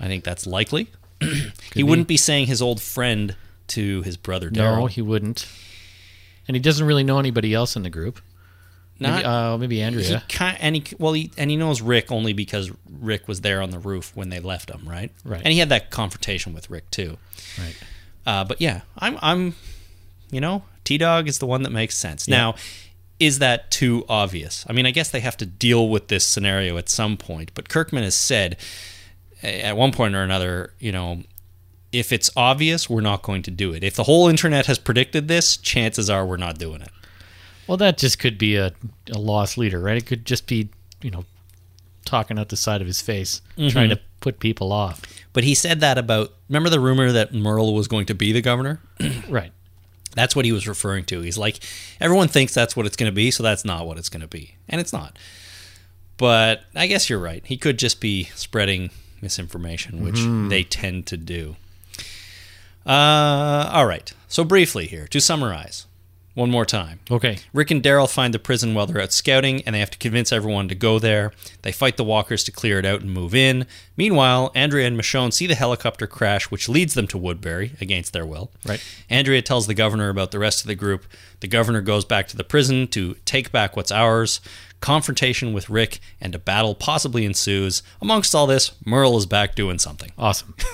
[SPEAKER 2] I think that's likely. he wouldn't be saying his old friend to his brother Daryl.
[SPEAKER 3] No, he wouldn't. And he doesn't really know anybody else in the group.
[SPEAKER 2] Not
[SPEAKER 3] maybe, uh, maybe
[SPEAKER 2] He
[SPEAKER 3] Andrea.
[SPEAKER 2] kind and he well he and he knows Rick only because Rick was there on the roof when they left him, right?
[SPEAKER 3] Right.
[SPEAKER 2] And he had that confrontation with Rick too.
[SPEAKER 3] right.
[SPEAKER 2] Uh, but yeah, I'm I'm, you know, T Dog is the one that makes sense. Now, is that too obvious? I mean, I guess they have to deal with this scenario at some point. But Kirkman has said eh, at one point or another, you know, if it's obvious, we're not going to do it. If the whole internet has predicted this, chances are we're not doing it.
[SPEAKER 3] Well, that just could be a, a lost leader, right? It could just be, you know, talking out the side of his face, trying to put people off.
[SPEAKER 2] But he said that about remember the rumor that Merle was going to be the governor?
[SPEAKER 3] Right.
[SPEAKER 2] That's what he was referring to. He's like, everyone thinks that's what it's going to be, so that's not what it's going to be. And it's not. But I guess you're right. He could just be spreading misinformation, which they tend to do. Uh, all right. So, briefly here, to summarize one more time.
[SPEAKER 3] Okay.
[SPEAKER 2] Rick and Daryl find the prison while they're out scouting, and they have to convince everyone to go there. They fight the walkers to clear it out and move in. Meanwhile, Andrea and Michonne see the helicopter crash, which leads them to Woodbury against their will.
[SPEAKER 3] Right.
[SPEAKER 2] Andrea tells the governor about the rest of the group. The governor goes back to the prison to take back what's ours. Confrontation with Rick and a battle possibly ensues. Amongst all this, Merle is back doing something.
[SPEAKER 3] Awesome.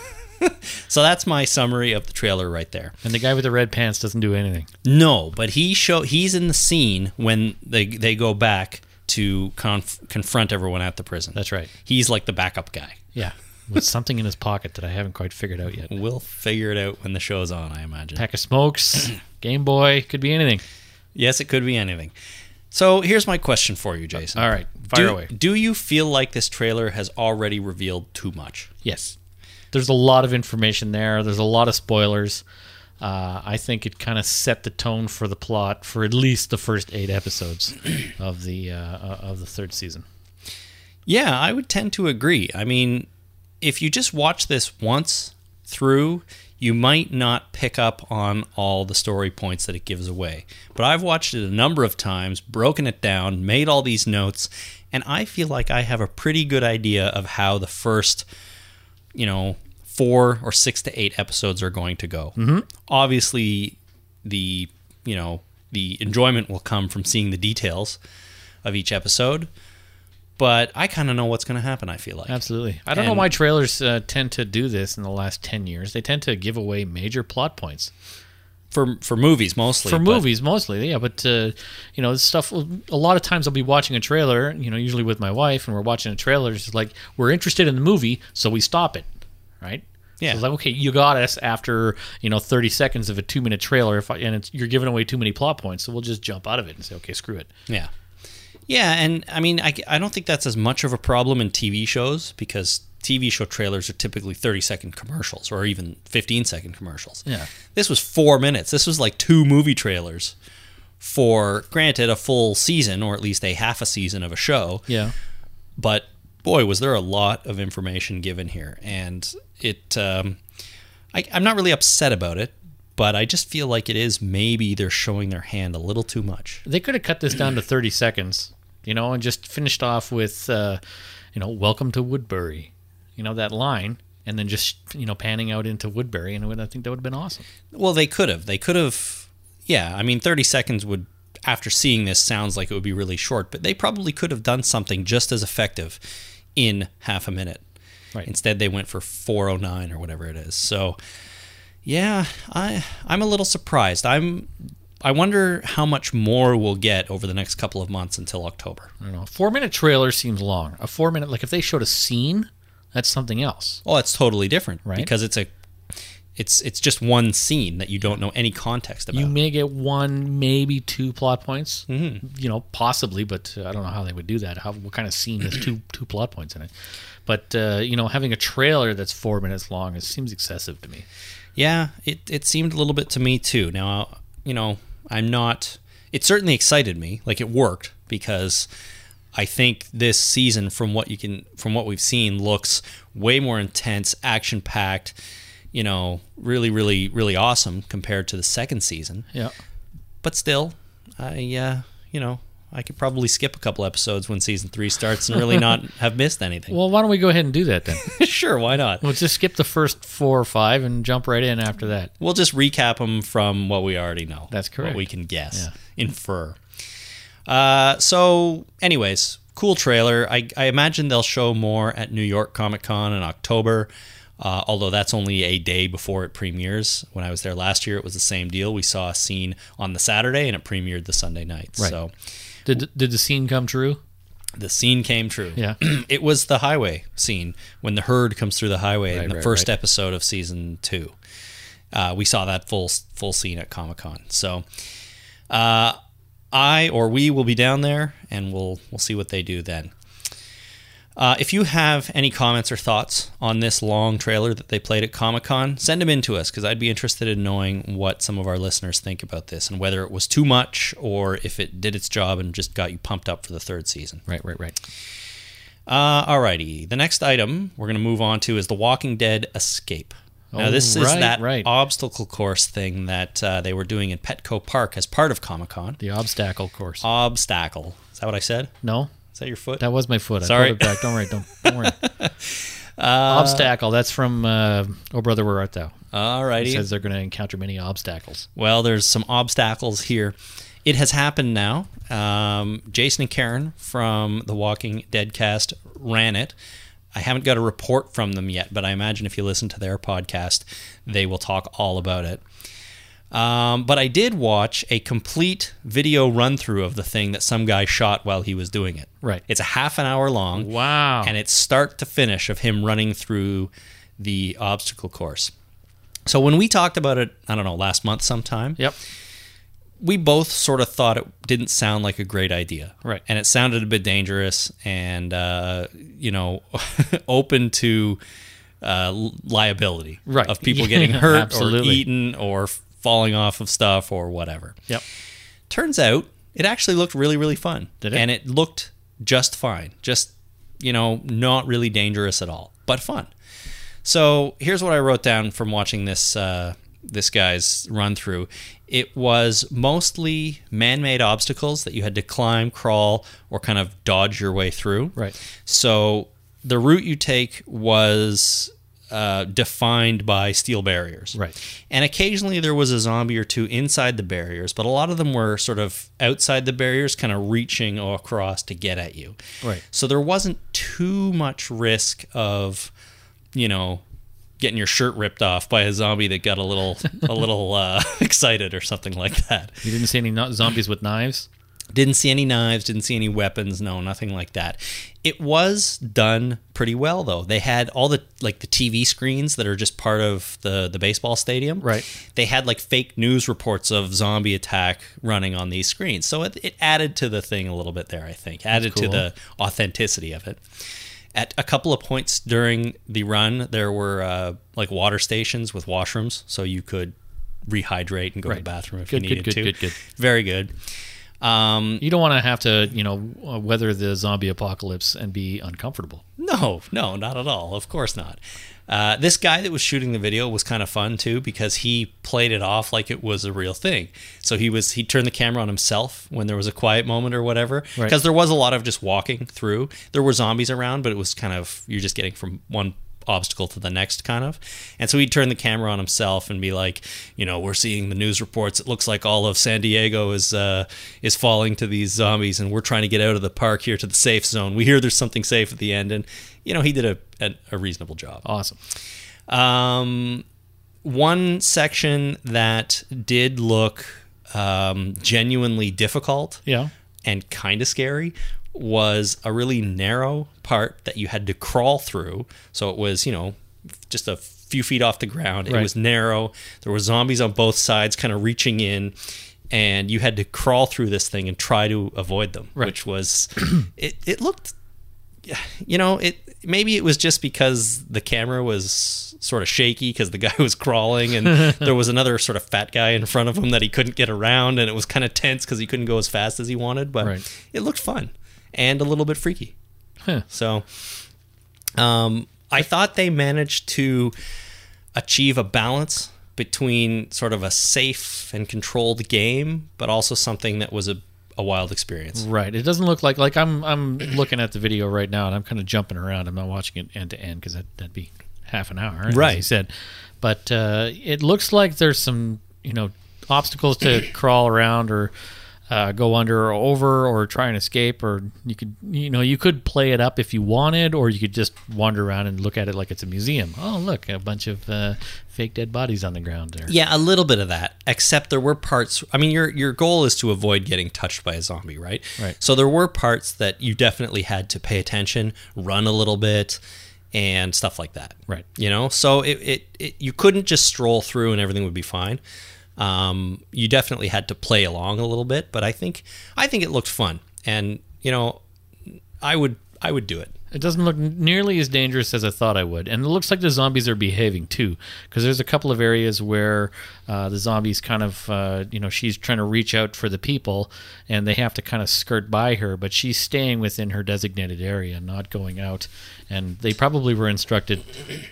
[SPEAKER 2] So that's my summary of the trailer right there.
[SPEAKER 3] And the guy with the red pants doesn't do anything.
[SPEAKER 2] No, but he show he's in the scene when they they go back to conf- confront everyone at the prison.
[SPEAKER 3] That's right.
[SPEAKER 2] He's like the backup guy.
[SPEAKER 3] Yeah. With something in his pocket that I haven't quite figured out yet.
[SPEAKER 2] We'll figure it out when the show's on, I imagine.
[SPEAKER 3] Pack of smokes, Game Boy, could be anything.
[SPEAKER 2] Yes, it could be anything. So here's my question for you, Jason.
[SPEAKER 3] All right. Fire
[SPEAKER 2] do,
[SPEAKER 3] away.
[SPEAKER 2] Do you feel like this trailer has already revealed too much?
[SPEAKER 3] Yes. There's a lot of information there. There's a lot of spoilers. Uh, I think it kind of set the tone for the plot for at least the first eight episodes of the uh, uh, of the third season.
[SPEAKER 2] Yeah, I would tend to agree. I mean, if you just watch this once through, you might not pick up on all the story points that it gives away. But I've watched it a number of times, broken it down, made all these notes, and I feel like I have a pretty good idea of how the first, you know, four or six to eight episodes are going to go. Mm-hmm. Obviously, the, you know, the enjoyment will come from seeing the details of each episode but I kind of know what's going to happen. I feel like
[SPEAKER 3] Absolutely. I don't know
[SPEAKER 2] And-
[SPEAKER 3] why trailers uh, tend to do this in the last 10 years. They tend to give away major plot points.
[SPEAKER 2] for for movies mostly.
[SPEAKER 3] For
[SPEAKER 2] but-
[SPEAKER 3] movies, mostly, yeah. But, uh, you know, this stuff, a lot of times I'll be watching a trailer, you know, usually with my wife, and we're watching a trailer. It's just like, we're interested in the movie, so we stop it, right? So
[SPEAKER 2] Yeah.
[SPEAKER 3] it's like, okay, you got us after, you know, 30 seconds of a two minute trailer, if I, and it's, you're giving away too many plot points, so we'll just jump out of it and say, okay, screw it.
[SPEAKER 2] yeah, yeah, and I mean, I I don't think that's as much of a problem in TV shows because TV show trailers are typically thirty second commercials or even fifteen second commercials.
[SPEAKER 3] Yeah.
[SPEAKER 2] this was four minutes. This was like two movie trailers for granted a full season or at least a half a season of a show.
[SPEAKER 3] Yeah.
[SPEAKER 2] but boy, was there a lot of information given here, and it. Um, I, I'm not really upset about it, but I just feel like it is maybe they're showing their hand a little too much.
[SPEAKER 3] They could have cut this down to 30 seconds, you know, and just finished off with, uh, you know, welcome to Woodbury, you know, that line, and then just, you know, panning out into Woodbury. And it would, I think that would have been awesome.
[SPEAKER 2] Well, they could have. They could have. Yeah, I mean, 30 seconds would. After seeing this, sounds like it would be really short, but they probably could have done something just as effective in half a minute.
[SPEAKER 3] Right.
[SPEAKER 2] Instead, they went for 409 or whatever it is. So, yeah, I I'm a little surprised. I'm I wonder how much more we'll get over the next couple of months until October.
[SPEAKER 3] I don't know. Four minute trailer seems long. A four minute, like if they showed a scene, that's something else.
[SPEAKER 2] Oh, it's totally different,
[SPEAKER 3] Right.
[SPEAKER 2] Because it's a it's it's just one scene that you don't know any context about.
[SPEAKER 3] You may get one, maybe two plot points, you know, possibly, but uh, I don't know how they would do that. How what kind of scene has two two plot points in it? But uh, you know, having a trailer that's four minutes long it seems excessive to me.
[SPEAKER 2] Yeah, it, it seemed a little bit to me too. Now, you know, I'm not. It certainly excited me. Like it worked because I think this season, from what you can, from what we've seen, looks way more intense, action packed. You know, really, really, really awesome compared to the second season.
[SPEAKER 3] Yeah.
[SPEAKER 2] But still, I, uh, you know, I could probably skip a couple episodes when season three starts and really not have missed anything.
[SPEAKER 3] Well, why don't we go ahead and do that then?
[SPEAKER 2] sure, why not?
[SPEAKER 3] Let's just skip the first four or five and jump right in after that.
[SPEAKER 2] We'll just recap them from what we already know.
[SPEAKER 3] That's correct.
[SPEAKER 2] What we can guess,
[SPEAKER 3] Yeah.
[SPEAKER 2] infer. Uh, so, anyways, cool trailer. I, I imagine they'll show more at New York Comic Con in October. Uh, although that's only a day before it premieres. When I was there last year, it was the same deal. We saw a scene on the Saturday and it premiered the Sunday night.
[SPEAKER 3] Right.
[SPEAKER 2] So
[SPEAKER 3] Did did the scene come true?
[SPEAKER 2] The scene came true.
[SPEAKER 3] Yeah.
[SPEAKER 2] it was the highway scene when the herd comes through the highway
[SPEAKER 3] Right,
[SPEAKER 2] in the
[SPEAKER 3] right,
[SPEAKER 2] first
[SPEAKER 3] right.
[SPEAKER 2] episode of season two. Uh, we saw that full full scene at Comic Con. So, uh, I or we will be down there, and we'll we'll see what they do then. Uh, if you have any comments or thoughts on this long trailer that they played at Comic Con, send them in to us because I'd be interested in knowing what some of our listeners think about this and whether it was too much or if it did its job and just got you pumped up for the third season.
[SPEAKER 3] Right, right, right.
[SPEAKER 2] Uh, alrighty. The next item we're going to move on to is The Walking Dead Escape. Now, this is
[SPEAKER 3] right,
[SPEAKER 2] that
[SPEAKER 3] right.
[SPEAKER 2] obstacle course thing that uh, they were doing in Petco Park as part of Comic Con.
[SPEAKER 3] The obstacle course.
[SPEAKER 2] Uh, Obstacle. Is that what I said?
[SPEAKER 3] no,
[SPEAKER 2] Is that your foot?
[SPEAKER 3] that was my foot. I
[SPEAKER 2] Sorry.
[SPEAKER 3] pulled it back. Don't worry. Don't, don't worry. obstacle. That's from uh, Oh Brother, Where Art Thou? It
[SPEAKER 2] Alrighty.
[SPEAKER 3] says they're going to encounter many obstacles.
[SPEAKER 2] Well, there's some obstacles here. It has happened now. Um, Jason and Karen from the Walking Dead cast ran it. I haven't got a report from them yet, but I imagine if you listen to their podcast, they will talk all about it. Um, but I did watch a complete video run through of the thing that some guy shot while he was doing it.
[SPEAKER 3] Right.
[SPEAKER 2] It's a half an hour long.
[SPEAKER 3] Wow.
[SPEAKER 2] And it's start to finish of him running through the obstacle course. So when we talked about it, I don't know, last month sometime,
[SPEAKER 3] Yep.
[SPEAKER 2] we both sort of thought it didn't sound like a great idea.
[SPEAKER 3] Right.
[SPEAKER 2] And it sounded a bit dangerous and, uh, you know, open to uh, l- liability
[SPEAKER 3] Right.
[SPEAKER 2] of people
[SPEAKER 3] Yeah,
[SPEAKER 2] getting hurt or
[SPEAKER 3] absolutely.
[SPEAKER 2] eaten or f- falling off of stuff or whatever.
[SPEAKER 3] Yep.
[SPEAKER 2] Turns out it actually looked really, really fun.
[SPEAKER 3] Did it?
[SPEAKER 2] And it looked just fine. Just, you know, not really dangerous at all, but fun. So here's what I wrote down from watching this uh, this guy's run through. It was mostly man-made obstacles that you had to climb, crawl, or kind of dodge your way through.
[SPEAKER 3] Right.
[SPEAKER 2] So the route you take was uh, defined by steel barriers.
[SPEAKER 3] Right.
[SPEAKER 2] And occasionally there was a zombie or two inside the barriers, but a lot of them were sort of outside the barriers, kind of reaching across to get at you.
[SPEAKER 3] Right.
[SPEAKER 2] So there wasn't too much risk of, you know, getting your shirt ripped off by a zombie that got a little a little uh, excited or something like that.
[SPEAKER 3] You didn't see any no- zombies with knives?
[SPEAKER 2] Didn't see any knives, didn't see any weapons, no, nothing like that. It was done pretty well though. They had all the like the TV screens that are just part of the the baseball stadium.
[SPEAKER 3] Right.
[SPEAKER 2] They had like fake news reports of zombie attack running on these screens. So it, it added to the thing a little bit there, I think. Added to
[SPEAKER 3] cool.
[SPEAKER 2] the authenticity of it. At a couple of points during the run, there were uh, like water stations with washrooms, so you could rehydrate and go to the
[SPEAKER 3] Right.
[SPEAKER 2] bathroom if
[SPEAKER 3] Good,
[SPEAKER 2] you
[SPEAKER 3] good,
[SPEAKER 2] needed
[SPEAKER 3] good,
[SPEAKER 2] to.
[SPEAKER 3] good, good.
[SPEAKER 2] Very good. Um,
[SPEAKER 3] You don't want to have to, you know, w- weather the zombie apocalypse and be uncomfortable.
[SPEAKER 2] No, no, not at all. Of course not. Uh, this guy that was shooting the video was kind of fun too because he played it off like it was a real thing. So he was he turned the camera on himself when there was a quiet moment or whatever because
[SPEAKER 3] Right.
[SPEAKER 2] there was a lot of just walking through. There were zombies around, but it was kind of you're just getting from one obstacle to the next kind of. And so he'd turn the camera on himself and be like, you know, we're seeing the news reports. It looks like all of San Diego is uh, is falling to these zombies, and we're trying to get out of the park here to the safe zone. We hear there's something safe at the end, and you know, he did a a, a reasonable job.
[SPEAKER 3] Awesome.
[SPEAKER 2] Um, one section that did look um, genuinely difficult
[SPEAKER 3] Yeah.
[SPEAKER 2] and kind of scary was a really narrow part that you had to crawl through. So it was, you know, just a few feet off the ground. It
[SPEAKER 3] Right.
[SPEAKER 2] was narrow. There were zombies on both sides kind of reaching in and you had to crawl through this thing and try to avoid them,
[SPEAKER 3] Right.
[SPEAKER 2] which was it it looked you know, it maybe it was just because the camera was sort of shaky because the guy was crawling and there was another sort of fat guy in front of him that he couldn't get around and it was kind of tense because he couldn't go as fast as he wanted, but
[SPEAKER 3] Right.
[SPEAKER 2] it looked fun and a little bit freaky.
[SPEAKER 3] Huh.
[SPEAKER 2] So um, I thought they managed to achieve a balance between sort of a safe and controlled game, but also something that was a, a wild experience.
[SPEAKER 3] Right. It doesn't look like like I'm I'm looking at the video right now and I'm kind of jumping around. I'm not watching it end to end because that, that'd be half an hour, As you
[SPEAKER 2] Right.
[SPEAKER 3] said, but uh, it looks like there's some you know obstacles to crawl around or uh, go under or over or try and escape or you could you know you could play it up if you wanted or you could just wander around and look at it like it's a museum oh look a bunch of uh, fake dead bodies on the ground there
[SPEAKER 2] Yeah, a little bit of that. Except there were parts. I mean, your your goal is to avoid getting touched by a zombie, right?
[SPEAKER 3] Right.
[SPEAKER 2] So there were parts that you definitely had to pay attention, run a little bit, and stuff like that.
[SPEAKER 3] Right.
[SPEAKER 2] You know, so it it, it you couldn't just stroll through and everything would be fine. Um, you definitely had to play along a little bit, but I think I think it looked fun, and you know, I would I would do it.
[SPEAKER 3] It doesn't look nearly as dangerous as I thought I would, and it looks like the zombies are behaving too, because there's a couple of areas where uh, the zombies kind of, uh, you know, she's trying to reach out for the people, and they have to kind of skirt by her, but she's staying within her designated area, not going out, and they probably were instructed,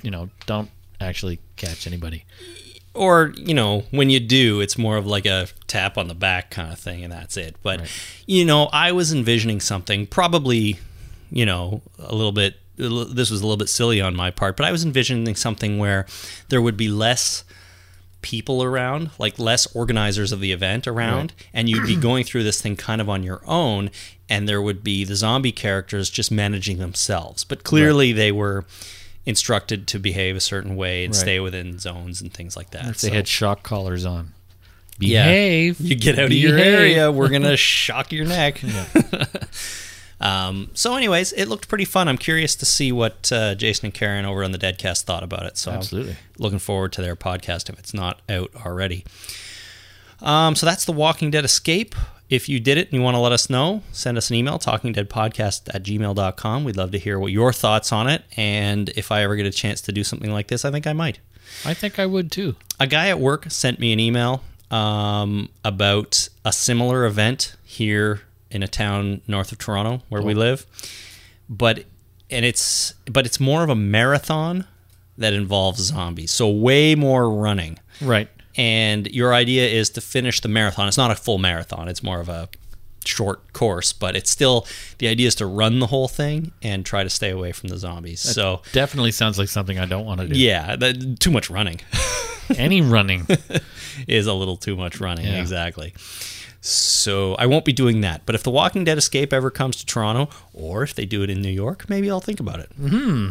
[SPEAKER 3] you know, don't actually catch anybody.
[SPEAKER 2] or you know when you do it's more of like a tap on the back kind of thing and that's it but you know i was envisioning something probably you know a little bit a li- this was a little bit silly on my part but i was envisioning something where there would be less people around like less organizers of the event around and you'd be going through this thing kind of on your own and there would be the zombie characters just managing themselves but clearly they were instructed to behave a certain way and
[SPEAKER 3] Right.
[SPEAKER 2] stay within zones and things like that
[SPEAKER 3] If they
[SPEAKER 2] so-
[SPEAKER 3] had shock collars on.
[SPEAKER 2] Yeah.
[SPEAKER 3] Behave.
[SPEAKER 2] you get out of your
[SPEAKER 3] Behave.
[SPEAKER 2] area, we're gonna shock your neck. um, so, anyways, it looked pretty fun. I'm curious to see what uh, Jason and Karen over on the Deadcast thought about it. So, I'm
[SPEAKER 3] Absolutely.
[SPEAKER 2] looking forward to their podcast if it's not out already. Um, so that's the Walking Dead Escape. If you did it and you want to let us know, send us an email, talkingdeadpodcast at gmail.com. We'd love to hear what your thoughts on it. And if I ever get a chance to do something like this, I think I might
[SPEAKER 3] I think I would too.
[SPEAKER 2] a guy at work sent me an email um, about a similar event here in a town north of Toronto where we live, but and it's but it's more of a marathon that involves zombies, so way more running.
[SPEAKER 3] Right.
[SPEAKER 2] And your idea is to finish the marathon. It's not a full marathon; it's more of a short course, but it's still the idea is to run the whole thing and try to stay away from the zombies. so
[SPEAKER 3] Definitely sounds like something I don't want to do.
[SPEAKER 2] yeah, that, too much running.
[SPEAKER 3] Any running.
[SPEAKER 2] is a little too much running.
[SPEAKER 3] Yeah.
[SPEAKER 2] Exactly. So I won't be doing that. But if The Walking Dead Escape ever comes to Toronto, or if they do it in New York, maybe I'll think about it. Mm-hmm.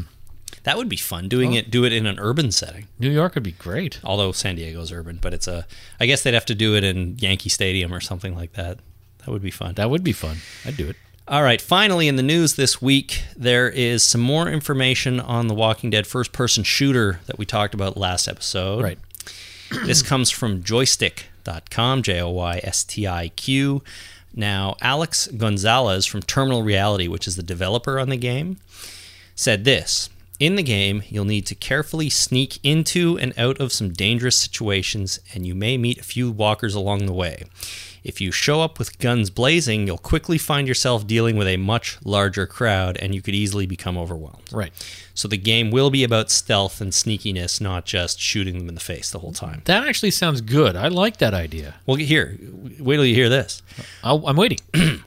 [SPEAKER 2] That would be fun doing it. Do it in an urban setting.
[SPEAKER 3] New York would be great.
[SPEAKER 2] Although San Diego's urban, but it's a. I guess they'd have to do it in Yankee Stadium or something like that. That would be fun.
[SPEAKER 3] That would be fun. I'd do it.
[SPEAKER 2] All right, finally in the news this week, there is some more information on the Walking Dead first person shooter that we talked about last episode.
[SPEAKER 3] Right.
[SPEAKER 2] this comes from joystick.com, J O Y S T I Q. Now, Alex Gonzalez from Terminal Reality, which is the developer on the game, said this In the game, you'll need to carefully sneak into and out of some dangerous situations, and you may meet a few walkers along the way. If you show up with guns blazing, you'll quickly find yourself dealing with a much larger crowd, and you could easily become overwhelmed.
[SPEAKER 3] Right.
[SPEAKER 2] So the game will be about stealth and sneakiness, not just shooting them in the face the whole time.
[SPEAKER 3] That actually sounds good. I like that idea.
[SPEAKER 2] Well, here, wait till you hear this.
[SPEAKER 3] I'll, I'm waiting.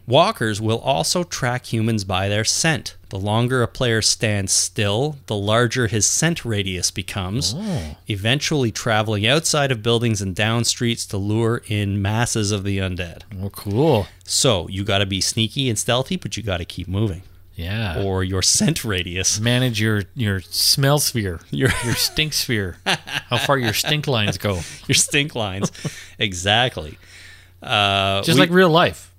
[SPEAKER 2] Walkers will also track humans by their scent. The longer a player stands still, the larger his scent radius becomes, eventually traveling outside of buildings and down streets to lure in masses of the undead.
[SPEAKER 3] Oh, cool.
[SPEAKER 2] So you got to be sneaky and stealthy, but you got to keep moving,
[SPEAKER 3] Yeah.
[SPEAKER 2] or your scent radius.
[SPEAKER 3] Manage your your smell sphere,
[SPEAKER 2] Your,
[SPEAKER 3] your stink sphere. How far your stink lines go?
[SPEAKER 2] your stink lines. exactly. Uh,
[SPEAKER 3] Just
[SPEAKER 2] we-
[SPEAKER 3] like real life.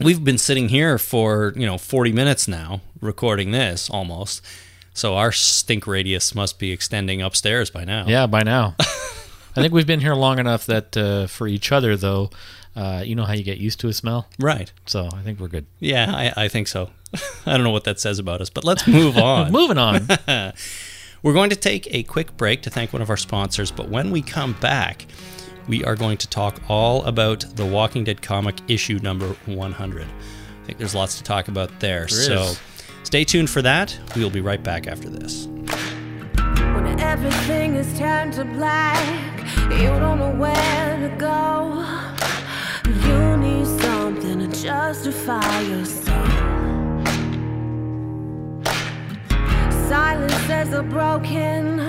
[SPEAKER 2] we've been sitting here for you know 40 minutes now recording this almost so our stink radius must be extending upstairs by now
[SPEAKER 3] Yeah. By now, I think we've been here long enough that uh, for each other though, uh, you know how you get used to a smell.
[SPEAKER 2] right
[SPEAKER 3] So I think we're good.
[SPEAKER 2] yeah i, I think so i don't know what that says about us but let's move on
[SPEAKER 3] Moving on.
[SPEAKER 2] We're going to take a quick break to thank one of our sponsors, but when we come back, we are going to talk all about the Walking Dead comic issue number 100. I think there's lots to talk about there.
[SPEAKER 3] is.
[SPEAKER 2] so stay tuned for that. We will be right back after this.
[SPEAKER 4] When everything is turned to black, you don't know where to go. You need something to justify yourself. Silences are broken,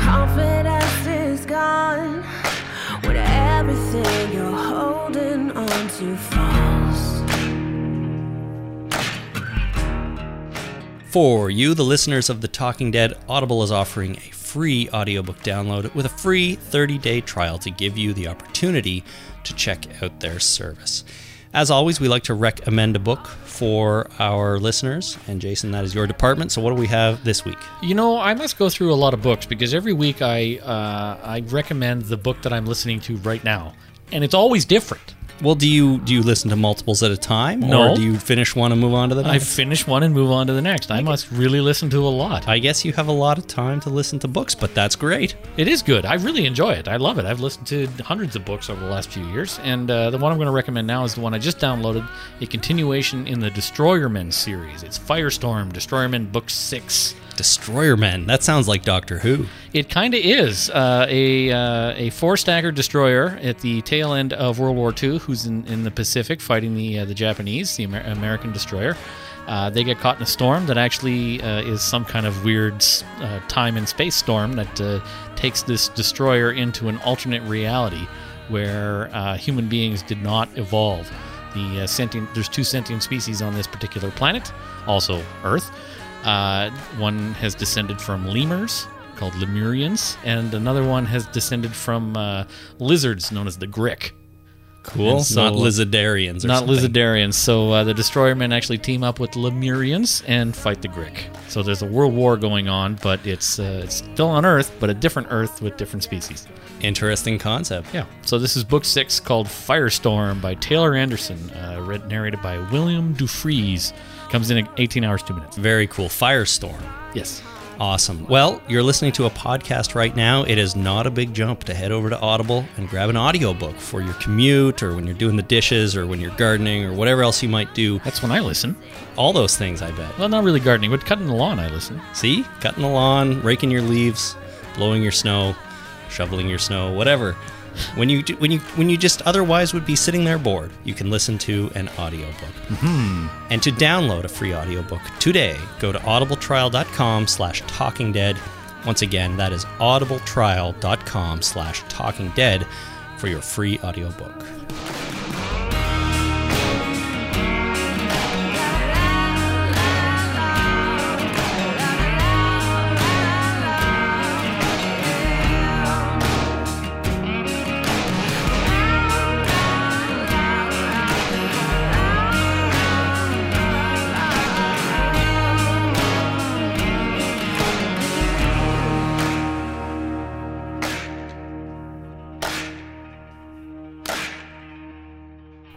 [SPEAKER 4] confidence is gone. When everything you're holding on to falls.
[SPEAKER 2] For you, the listeners of The Talking Dead, Audible is offering a free audiobook download with a free 30 day trial to give you the opportunity to check out their service. As always, we like to recommend a book for our listeners. And Jason, that is your department. So, what do we have this week?
[SPEAKER 3] You know, I must go through a lot of books because every week I uh, I recommend the book that I'm listening to right now, and it's always different.
[SPEAKER 2] Well, do you do you listen to multiples at a time,
[SPEAKER 3] No.
[SPEAKER 2] or do you finish one and move on to the
[SPEAKER 3] I
[SPEAKER 2] next?
[SPEAKER 3] finish one and move on to the next. I must really listen to a lot.
[SPEAKER 2] I guess you have a lot of time to listen to books, but that's great.
[SPEAKER 3] It is good. I really enjoy it. I love it. I've listened to hundreds of books over the last few years, and uh, the one I'm going to recommend now is the one I just downloaded, a continuation in the Destroyermen series. It's Firestorm, Destroyermen Book 6.
[SPEAKER 2] Destroyer Men. That sounds like Doctor Who.
[SPEAKER 3] It kind of is uh, a uh, a four stagger destroyer at the tail end of World War II, who's in, in the Pacific fighting the uh, the Japanese, the Amer- American destroyer. Uh, they get caught in a storm that actually uh, is some kind of weird s- uh, time and space storm that uh, takes this destroyer into an alternate reality where uh, human beings did not evolve. The uh, sentient there's two sentient species on this particular planet, also Earth. Uh, one has descended from lemurs called Lemurians, and another one has descended from uh, lizards known as the Grick.
[SPEAKER 2] Cool.
[SPEAKER 3] And so-
[SPEAKER 2] not Lizardarians. Or
[SPEAKER 3] Not
[SPEAKER 2] something.
[SPEAKER 3] Lizardarians. So uh, the Destroyermen actually team up with Lemurians and fight the Grick. So there's a world war going on, but it's uh, it's still on Earth, but a different Earth with different species.
[SPEAKER 2] Interesting concept.
[SPEAKER 3] Yeah. So this is book six called Firestorm by Taylor Anderson, uh, read narrated by William Dufries. Comes in at 18 hours, two minutes.
[SPEAKER 2] Very cool. Firestorm.
[SPEAKER 3] Yes.
[SPEAKER 2] Awesome. Well, you're listening to a podcast right now. It is not a big jump to head over to Audible and grab an audiobook for your commute or when you're doing the dishes or when you're gardening or whatever else you might do.
[SPEAKER 3] That's when I listen.
[SPEAKER 2] All those things, I bet.
[SPEAKER 3] Well, not really gardening, but cutting the lawn, I listen.
[SPEAKER 2] See? Cutting the lawn, raking your leaves, blowing your snow, shoveling your snow, whatever. When you do- when you when you just otherwise would be sitting there bored, you can listen to an audiobook. Mm-hmm. And to download a free audiobook today, go to audibletrial.com slash talking dead. Once again, that is audibletrial.com slash talking dead for your free audiobook.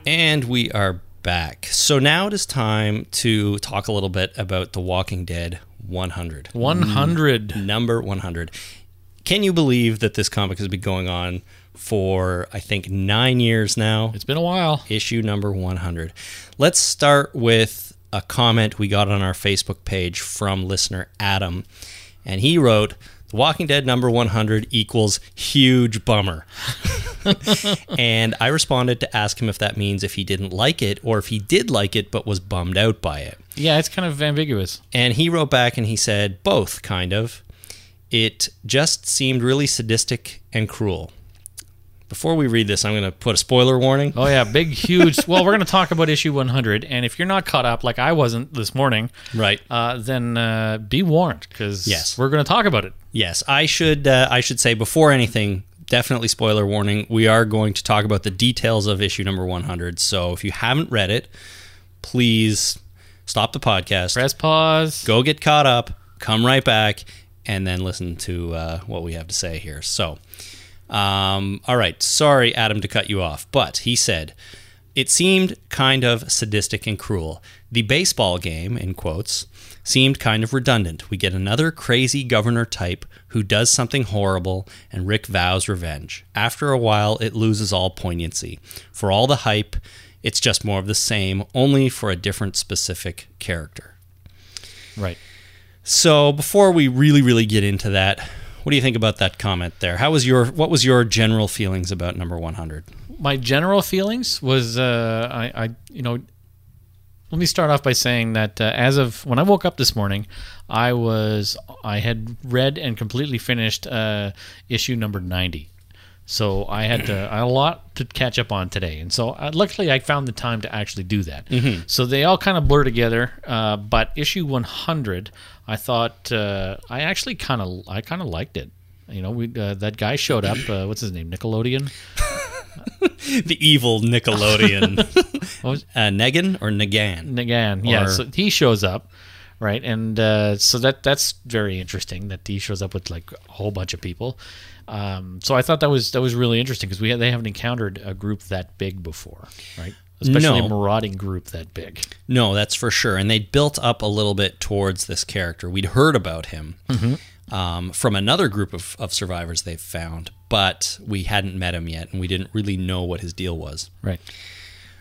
[SPEAKER 2] And we are back. So now it is time to talk a little bit about The Walking Dead 100.
[SPEAKER 3] 100.
[SPEAKER 2] number 100. Can you believe that this comic has been going on for, I think, nine years now?
[SPEAKER 3] It's been a while.
[SPEAKER 2] issue number 100. Let's start with a comment we got on our Facebook page from listener Adam. And he wrote, The Walking Dead number 100 equals huge bummer. and I responded to ask him if that means if he didn't like it or if he did like it but was bummed out by it.
[SPEAKER 3] Yeah, it's kind of ambiguous.
[SPEAKER 2] And he wrote back and he said, both, kind of. It just seemed really sadistic and cruel. Before we read this, I'm going to put a spoiler warning.
[SPEAKER 3] Oh yeah, big, huge. well, we're going to talk about issue 100, and if you're not caught up, like I wasn't this morning,
[SPEAKER 2] Right.
[SPEAKER 3] uh, then uh, be warned because
[SPEAKER 2] Yes.
[SPEAKER 3] we're going to talk about it.
[SPEAKER 2] Yes, I should. Uh, I should say before anything, definitely spoiler warning. We are going to talk about the details of issue number 100. So if you haven't read it, please stop the podcast,
[SPEAKER 3] Press pause.
[SPEAKER 2] go get caught up, come right back, and then listen to uh, what we have to say here. So, um, all right. Sorry, Adam, to cut you off, but he said it seemed kind of sadistic and cruel. The baseball game, in quotes, seemed kind of redundant. We get another crazy governor type who does something horrible, and Rick vows revenge. After a while, it loses all poignancy. For all the hype, it's just more of the same, only for a different specific character.
[SPEAKER 3] Right.
[SPEAKER 2] So before we really, really get into that, what do you think about that comment there? How was your what was your general feelings about number one hundred?
[SPEAKER 3] My general feelings was uh, I, I, you know, let me start off by saying that uh, as of when I woke up this morning, I was I had read and completely finished uh, issue number 90. So I had to I had a lot to catch up on today, and so uh, luckily I found the time to actually do that. So they all kind of blur together, uh, but issue 100, I thought uh, I actually kind of I kind of liked it. You know, we uh, that guy showed up. Uh, what's his name? Nickelodeon.
[SPEAKER 2] The evil Nickelodeon.
[SPEAKER 3] was-
[SPEAKER 2] uh, Negan or Negan?
[SPEAKER 3] Again, yeah.
[SPEAKER 2] Or-
[SPEAKER 3] So he shows up, right? And uh, so that that's very interesting that he shows up with like a whole bunch of people. Um, so I thought that was that was really interesting because we they haven't encountered a group that big before, right? Especially
[SPEAKER 2] No.
[SPEAKER 3] a marauding group that big.
[SPEAKER 2] No, that's for sure. And they built up a little bit towards this character. We'd heard about him um, from another group of, of survivors they've found, but we hadn't met him yet, and we didn't really know what his deal was.
[SPEAKER 3] Right.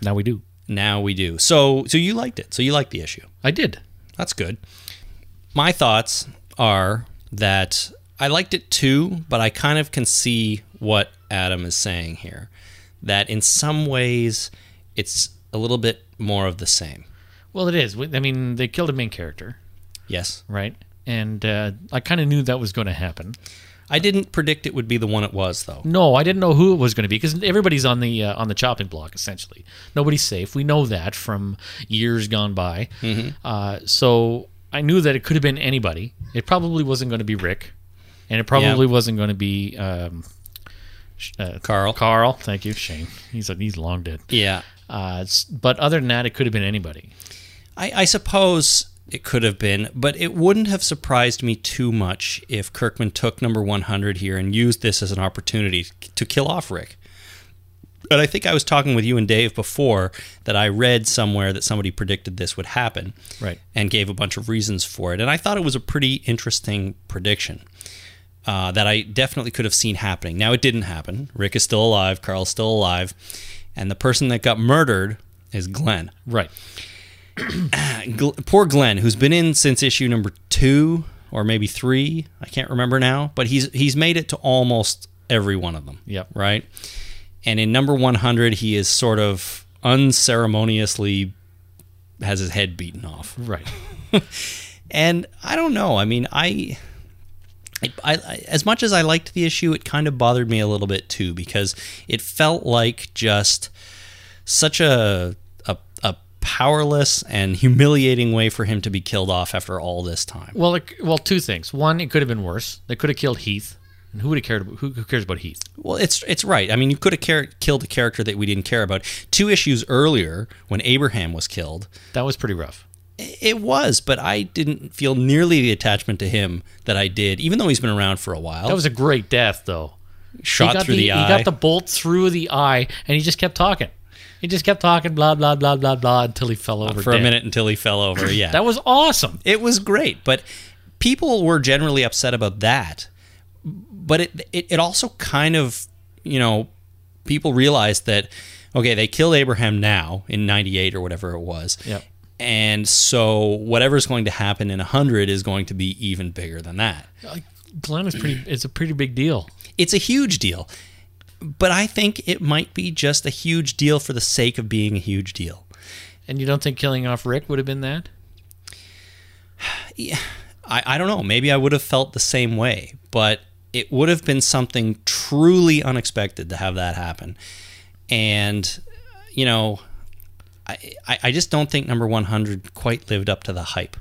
[SPEAKER 3] Now we do.
[SPEAKER 2] Now we do. So, so you liked it. So you liked the issue.
[SPEAKER 3] I did.
[SPEAKER 2] That's good. My thoughts are that I liked it too, but I kind of can see what Adam is saying here. That in some ways, it's a little bit more of the same.
[SPEAKER 3] Well, it is. We- I mean, they killed a main character,
[SPEAKER 2] Yes.
[SPEAKER 3] right? And uh, I kind of knew that was going to happen.
[SPEAKER 2] I didn't predict it would be the one it was, though.
[SPEAKER 3] No, I didn't know who it was going to be because everybody's on the uh, on the chopping block essentially. Nobody's safe. We know that from years gone by. Uh, so I knew that it could have been anybody. It probably wasn't going to be Rick, and it probably wasn't going to be um, sh- uh,
[SPEAKER 2] Carl.
[SPEAKER 3] Carl, thank you, Shane. He's he's long dead.
[SPEAKER 2] Yeah.
[SPEAKER 3] Uh, s- but other than that, it could have been anybody.
[SPEAKER 2] I, I suppose it could have been, but it wouldn't have surprised me too much if Kirkman took number 100 here and used this as an opportunity to kill off Rick. But I think I was talking with you and Dave before that I read somewhere that somebody predicted this would happen
[SPEAKER 3] Right.
[SPEAKER 2] and gave a bunch of reasons for it. And I thought it was a pretty interesting prediction uh, that I definitely could have seen happening. Now, it didn't happen. Rick is still alive, Carl's still alive, and the person that got murdered is Glenn.
[SPEAKER 3] Right.
[SPEAKER 2] Gl- poor Glenn, who's been in since issue number two or maybe three, I can't remember now, but he's he's made it to almost every one of them.
[SPEAKER 3] Yep.
[SPEAKER 2] Right. And in number one hundred, he is sort of unceremoniously has his head beaten off.
[SPEAKER 3] Right.
[SPEAKER 2] And I don't know. I mean, I, I, I as much as I liked the issue, it kind of bothered me a little bit too because it felt like just such a a, a powerless and humiliating way for him to be killed off after all this time.
[SPEAKER 3] Well, it, well, two things. One, it could have been worse. They could have killed Heath. And who would have cared? About, who, who cares about Heath?
[SPEAKER 2] Well, it's it's right. I mean, you could have car- killed a character that we didn't care about. Two issues earlier, when Abraham was killed,
[SPEAKER 3] That was pretty rough.
[SPEAKER 2] It was, but I didn't feel nearly the attachment to him that I did, even though he's been around for a while.
[SPEAKER 3] That was a great death, though.
[SPEAKER 2] shot
[SPEAKER 3] he got
[SPEAKER 2] through the, eye.
[SPEAKER 3] He got the bolt through the eye, and he just kept talking. He just kept talking, blah blah blah blah blah, until he fell over
[SPEAKER 2] for a
[SPEAKER 3] dead.
[SPEAKER 2] minute until he fell over. Yeah.
[SPEAKER 3] That was awesome.
[SPEAKER 2] it was great, but people were generally upset about that. But it, it it also kind of, you know, people realized that okay, they killed Abraham now in 98 or whatever it was.
[SPEAKER 3] Yep.
[SPEAKER 2] And so whatever's going to happen in 100 is going to be even bigger than that.
[SPEAKER 3] Like, Glenn is pretty. It's a pretty big deal.
[SPEAKER 2] It's a huge deal. But I think it might be just a huge deal for the sake of being a huge deal.
[SPEAKER 3] And you don't think killing off Rick would have been that?
[SPEAKER 2] I, I don't know. Maybe I would have felt the same way, but it would have been something truly unexpected to have that happen. And, you know, I, I I just don't think number 100 quite lived up to the hype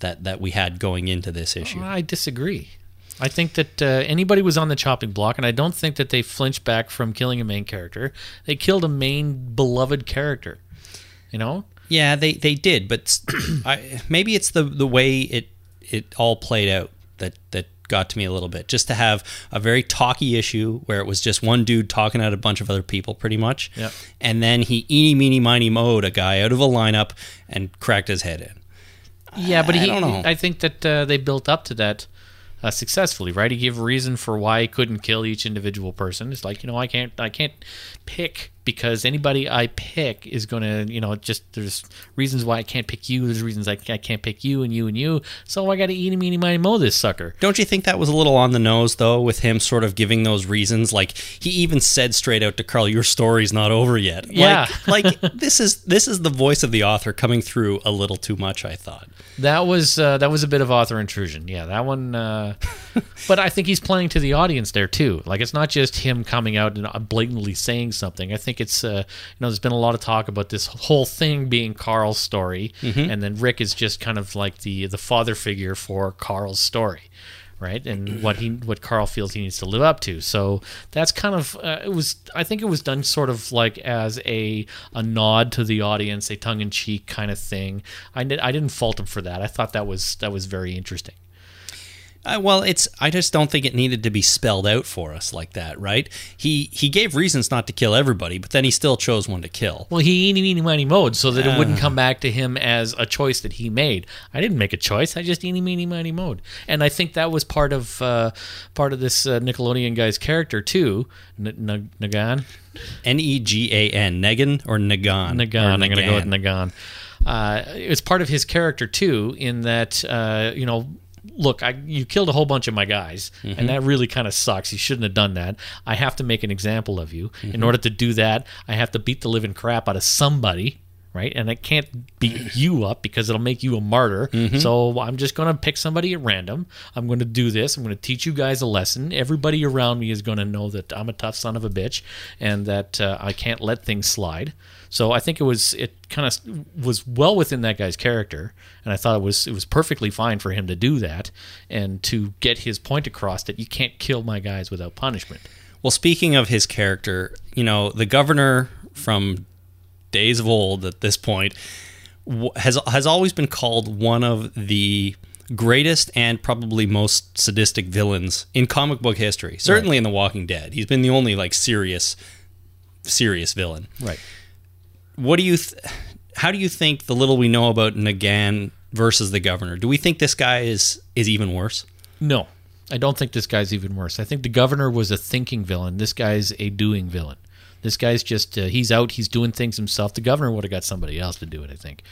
[SPEAKER 2] that, that we had going into this issue.
[SPEAKER 3] I disagree. I think that uh, anybody was on the chopping block, and I don't think that they flinched back from killing a main character. They killed a main beloved character. You know,
[SPEAKER 2] Yeah, they, they did, but s- I, maybe it's the, the way it it all played out that, that got to me a little bit. Just to have a very talky issue where it was just one dude talking at a bunch of other people, pretty much.
[SPEAKER 3] Yep.
[SPEAKER 2] And then he eeny, meeny, miny, mowed a guy out of a lineup and cracked his head in.
[SPEAKER 3] Yeah, but
[SPEAKER 2] I
[SPEAKER 3] he, I
[SPEAKER 2] don't know.
[SPEAKER 3] think that uh, they built up to that uh, successfully, right? He gave reason for why he couldn't kill each individual person. It's like you know, I can't, I can't pick because anybody I pick is going to, you know, just there's reasons why I can't pick you. There's reasons I, I can't pick you and you and you. So I got to eat him, eat him, I mow this sucker.
[SPEAKER 2] Don't you think that was a little on the nose, though, with him sort of giving those reasons? Like he even said straight out to Carl, "Your story's not over yet."
[SPEAKER 3] Yeah.
[SPEAKER 2] like, like this is this is the voice of the author coming through a little too much. I thought.
[SPEAKER 3] That was uh, that was a bit of author intrusion. Yeah, that one. Uh, but I think he's playing to the audience there too. Like it's not just him coming out and uh, blatantly saying something. I think it's uh, you know there's been a lot of talk about this whole thing being Carl's story, and then Rick is just kind of like the the father figure for Carl's story. Right and what he what Carl feels he needs to live up to, so that's kind of uh, it was. I think it was done sort of like as a a nod to the audience, a tongue in cheek kind of thing. I did, I didn't fault him for that. I thought that was that was very interesting.
[SPEAKER 2] Uh, well, it's I just don't think it needed to be spelled out for us like that, right? He he gave reasons not to kill everybody, but then he still chose one to kill.
[SPEAKER 3] Well, he eeny, meeny, miny, mowed so that it wouldn't come back to him as a choice that he made. I didn't make a choice. I just eeny, meeny, miny, mowed. And I think that was part of uh, part of this uh, Nickelodeon guy's character too, N- N- Nagan.
[SPEAKER 2] N e g a n Negan or Nagan.
[SPEAKER 3] Nagan. I'm going to go with
[SPEAKER 2] Nagan.
[SPEAKER 3] Nagan. Uh, it's part of his character too, in that uh, you know, look, I, you killed a whole bunch of my guys, and that really kind of sucks. You shouldn't have done that. I have to make an example of you. In order to do that, I have to beat the living crap out of somebody. Right, and I can't beat you up because it'll make you a martyr. So I'm just going to pick somebody at random. I'm going to do this. I'm going to teach you guys a lesson. Everybody around me is going to know that I'm a tough son of a bitch, and that uh, I can't let things slide. So I think it was it kind of was well within that guy's character, and I thought it was it was perfectly fine for him to do that and to get his point across that you can't kill my guys without punishment.
[SPEAKER 2] Well, speaking of his character, you know, the governor from days of old at this point w- has has always been called one of the greatest and probably most sadistic villains in comic book history. Certainly in The Walking Dead. He's been the only like serious serious villain.
[SPEAKER 3] Right.
[SPEAKER 2] What do you th- how do you think the little we know about Negan versus the governor? Do we think this guy is is even worse?
[SPEAKER 3] No, I don't think this guy's even worse. I think the governor was a thinking villain. This guy's a doing villain. This guy's just uh, he's out. He's doing things himself. The governor would have got somebody else to do it. I think,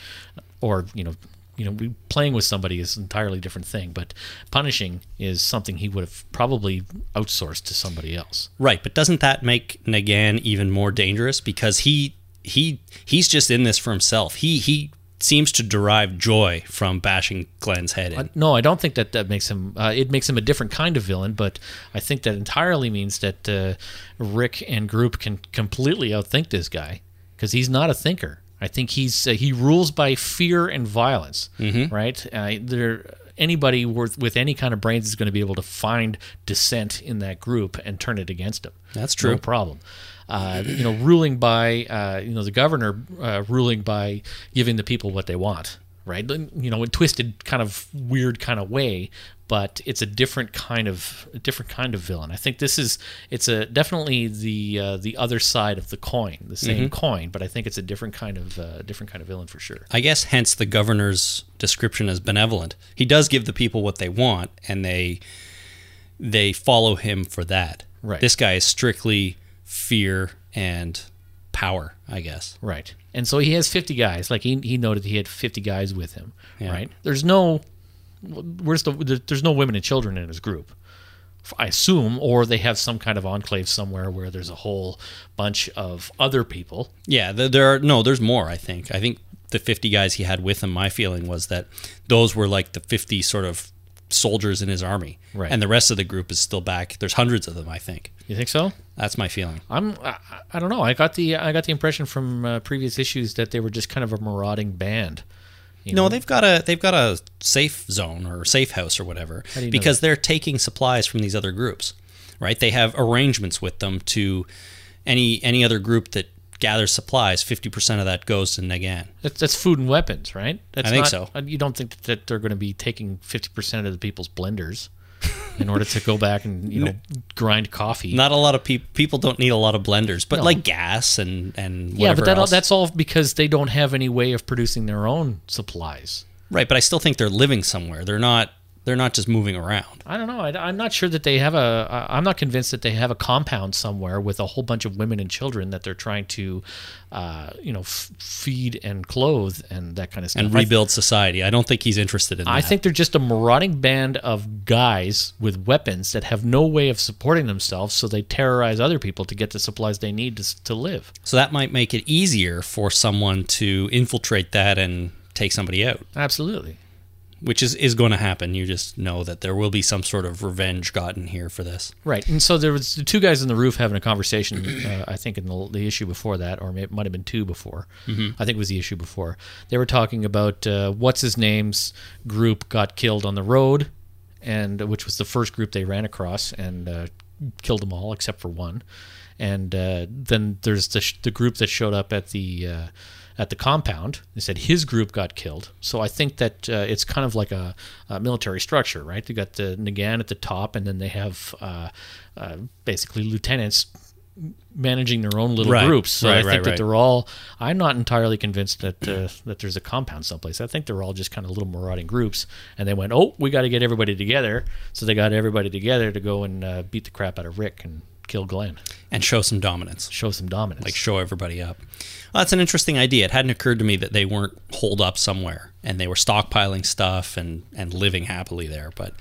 [SPEAKER 3] or you know, you know, we- playing with somebody is an entirely different thing. But punishing is something he would have probably outsourced to somebody else.
[SPEAKER 2] Right, but doesn't that make Negan even more dangerous because he he he's just in this for himself. He he seems to derive joy from bashing Glenn's head in.
[SPEAKER 3] No, I don't think that that makes him. Uh, it makes him a different kind of villain, but I think that entirely means that uh, Rick and Group can completely outthink this guy because he's not a thinker. I think he's uh, he rules by fear and violence, right? Uh, there, anybody worth with any kind of brains is going to be able to find dissent in that group and turn it against him.
[SPEAKER 2] That's true.
[SPEAKER 3] No problem. Uh, you know, ruling by uh, you know the governor uh, ruling by giving the people what they want, right? You know, in twisted kind of weird kind of way, but it's a different kind of a different kind of villain. I think this is it's a definitely the uh, the other side of the coin, the same
[SPEAKER 2] Mm-hmm.
[SPEAKER 3] coin, but I think it's a different kind of uh, different kind of villain for sure.
[SPEAKER 2] I guess hence the governor's description as benevolent. He does give the people what they want and they they follow him for that.
[SPEAKER 3] Right.
[SPEAKER 2] This guy is strictly fear and power, I guess.
[SPEAKER 3] Right. And so he has 50 guys. Like he, he noted he had 50 guys with him. Right. There's no where's the there- there's no women and children in his group. I assume or they have some kind of enclave somewhere where there's a whole bunch of other people.
[SPEAKER 2] Yeah, th- there are no. There's more. I think. I think the 50 guys he had with him. My feeling was that those were like the 50 sort of soldiers in his army,
[SPEAKER 3] Right.
[SPEAKER 2] And the rest of the group is still back. There's hundreds of them. I think
[SPEAKER 3] You think so?
[SPEAKER 2] that's my feeling.
[SPEAKER 3] I'm I, I don't know. I got the I got the impression from uh, previous issues that they were just kind of a marauding band. You
[SPEAKER 2] No, they've got a they've got a safe zone or safe house or whatever
[SPEAKER 3] you know
[SPEAKER 2] because they're taking supplies from these other groups, right? They have arrangements with them to any any other group that gathers supplies. Fifty percent of that goes to Negan.
[SPEAKER 3] That's, that's food and weapons, right? That's
[SPEAKER 2] I think
[SPEAKER 3] not-
[SPEAKER 2] so.
[SPEAKER 3] uh, You don't think that- that they're going to be taking fifty percent of the people's blenders in order to go back and you know grind coffee?
[SPEAKER 2] Not a lot of people people don't need a lot of blenders, but
[SPEAKER 3] No.
[SPEAKER 2] like gas and and
[SPEAKER 3] yeah, but
[SPEAKER 2] whatever
[SPEAKER 3] that, all-
[SPEAKER 2] else.
[SPEAKER 3] that's all because they don't have any way of producing their own supplies.
[SPEAKER 2] Right, but I still think they're living somewhere. They're not They're not just moving around.
[SPEAKER 3] I don't know. I, am not sure that they have a. I- I'm not convinced that they have a compound somewhere with a whole bunch of women and children that they're trying to, uh, you know, f- feed and clothe and that kind of stuff.
[SPEAKER 2] And
[SPEAKER 3] I-
[SPEAKER 2] rebuild society. I don't think he's interested in that.
[SPEAKER 3] I think they're just a marauding band of guys with weapons that have no way of supporting themselves, so they terrorize other people to get the supplies they need to, s- to live.
[SPEAKER 2] so. That might make it easier for someone to infiltrate that and take somebody out,
[SPEAKER 3] Absolutely.
[SPEAKER 2] which is is going to happen. You just know that there will be some sort of revenge gotten here for this.
[SPEAKER 3] Right, and so there was the two guys on the roof having a conversation. Uh, I think in the, the issue before that, or may- it might have been two before. I think it was the issue before. They were talking about uh, what's his name's group got killed on the road, and which was the first group they ran across and uh, killed them all except for one. And uh, then there's the, sh- the group that showed up at the uh, at the compound. They said his group got killed. So I think that uh, it's kind of like a, a military structure, right? They got the Nagant at the top, and then they have uh, uh, basically lieutenants managing their own little
[SPEAKER 2] Right,
[SPEAKER 3] groups. So I
[SPEAKER 2] right,
[SPEAKER 3] think
[SPEAKER 2] right,
[SPEAKER 3] that
[SPEAKER 2] right.
[SPEAKER 3] they're all. I'm not entirely convinced that uh, that there's a compound someplace. I think they're all just kind of little marauding groups, and they went, "Oh, we got to get everybody together." So they got everybody together to go and uh, beat the crap out of Rick and kill Glenn,
[SPEAKER 2] And show some dominance.
[SPEAKER 3] show some dominance.
[SPEAKER 2] like show everybody up. Well, that's an interesting idea. It hadn't occurred to me that they weren't holed up somewhere and they were stockpiling stuff and and living happily there. But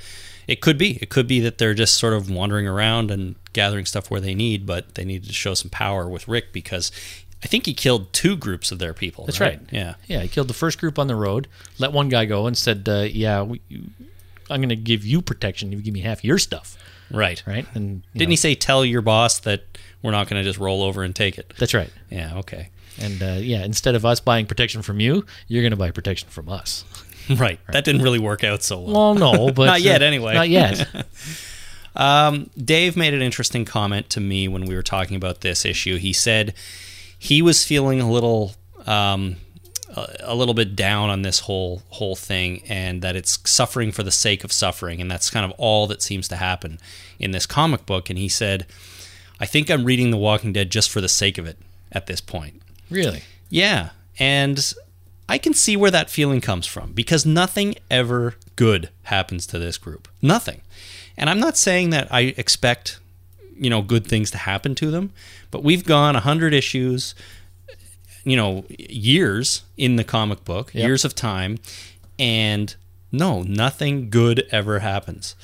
[SPEAKER 2] it could be. It could be that they're just sort of wandering around and gathering stuff where they need, but they needed to show some power with Rick because I think he killed two groups of their people.
[SPEAKER 3] That's right.
[SPEAKER 2] Yeah.
[SPEAKER 3] Yeah, he killed the first group on the road, let one guy go, and said, uh, "Yeah, we, you, I'm going to give you protection. if You give me half your stuff."
[SPEAKER 2] Right.
[SPEAKER 3] Right? And you
[SPEAKER 2] Didn't
[SPEAKER 3] know,
[SPEAKER 2] he say tell your boss that we're not going to just roll over and take it?
[SPEAKER 3] That's right.
[SPEAKER 2] Yeah. Okay.
[SPEAKER 3] And uh, yeah, instead of us buying protection from you, you're going to buy protection from us.
[SPEAKER 2] Right. That didn't really work out so well.
[SPEAKER 3] Well, no, but uh,
[SPEAKER 2] Not yet, anyway.
[SPEAKER 3] Not yet.
[SPEAKER 2] Dave made an interesting comment to me when we were talking about this issue. He said he was feeling a little um, a, a little bit down on this whole whole thing, and that it's suffering for the sake of suffering, and that's kind of all that seems to happen in this comic book. And he said, "I think I'm reading The Walking Dead just for the sake of it at this point."
[SPEAKER 3] really.
[SPEAKER 2] Yeah, and I can see where that feeling comes from because nothing ever good happens to this group. Nothing. And I'm not saying that I expect, you know, good things to happen to them, but we've gone 100 issues, you know, years in the comic book,
[SPEAKER 3] Yep.
[SPEAKER 2] years of time, and no, nothing good ever happens.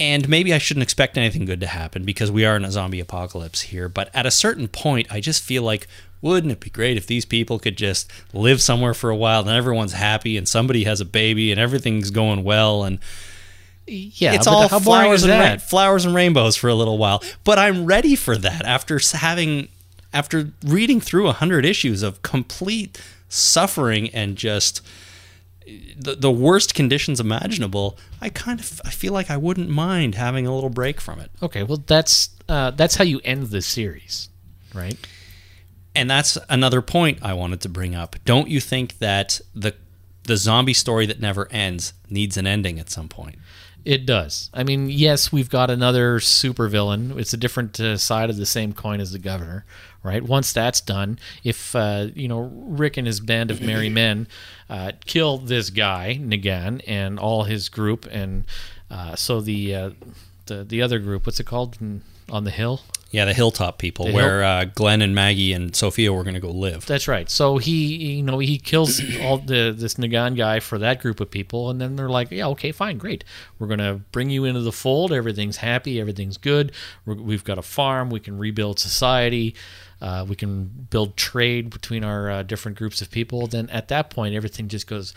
[SPEAKER 2] And maybe I shouldn't expect anything good to happen because we are in a zombie apocalypse here. But at a certain point, I just feel like, wouldn't it be great if these people could just live somewhere for a while and everyone's happy and somebody has a baby and everything's going well and
[SPEAKER 3] Yeah,
[SPEAKER 2] it's
[SPEAKER 3] but
[SPEAKER 2] all
[SPEAKER 3] how boring
[SPEAKER 2] flowers
[SPEAKER 3] is
[SPEAKER 2] and
[SPEAKER 3] that?
[SPEAKER 2] rain- flowers and rainbows for a little while. But I'm ready for that after s- having after reading through hundred issues of complete suffering and just the, the worst conditions imaginable. I kind of I feel like I wouldn't mind having a little break from it.
[SPEAKER 3] Okay, well that's uh, that's how you end the series, right?
[SPEAKER 2] And that's another point I wanted to bring up. Don't you think that the the zombie story that never ends needs an ending at some point?
[SPEAKER 3] It does. I mean, yes, we've got another supervillain. It's a different uh, side of the same coin as the governor, right? Once that's done, if uh, you know Rick and his band of merry men uh, kill this guy Nagant and all his group, and uh, so the uh, the the other group, what's it called, Mm, on the hill?
[SPEAKER 2] Yeah, the hilltop people,
[SPEAKER 3] The
[SPEAKER 2] where uh, Glenn and Maggie and Sophia were going to go live.
[SPEAKER 3] That's right. So he, you know, he kills all the this Nagan guy for that group of people, and then they're like, "Yeah, okay, fine, great. We're gonna bring you into the fold. Everything's happy. Everything's good. We're, we've got a farm. We can rebuild society. Uh, we can build trade between our uh, different groups of people." Then at that point, everything just goes.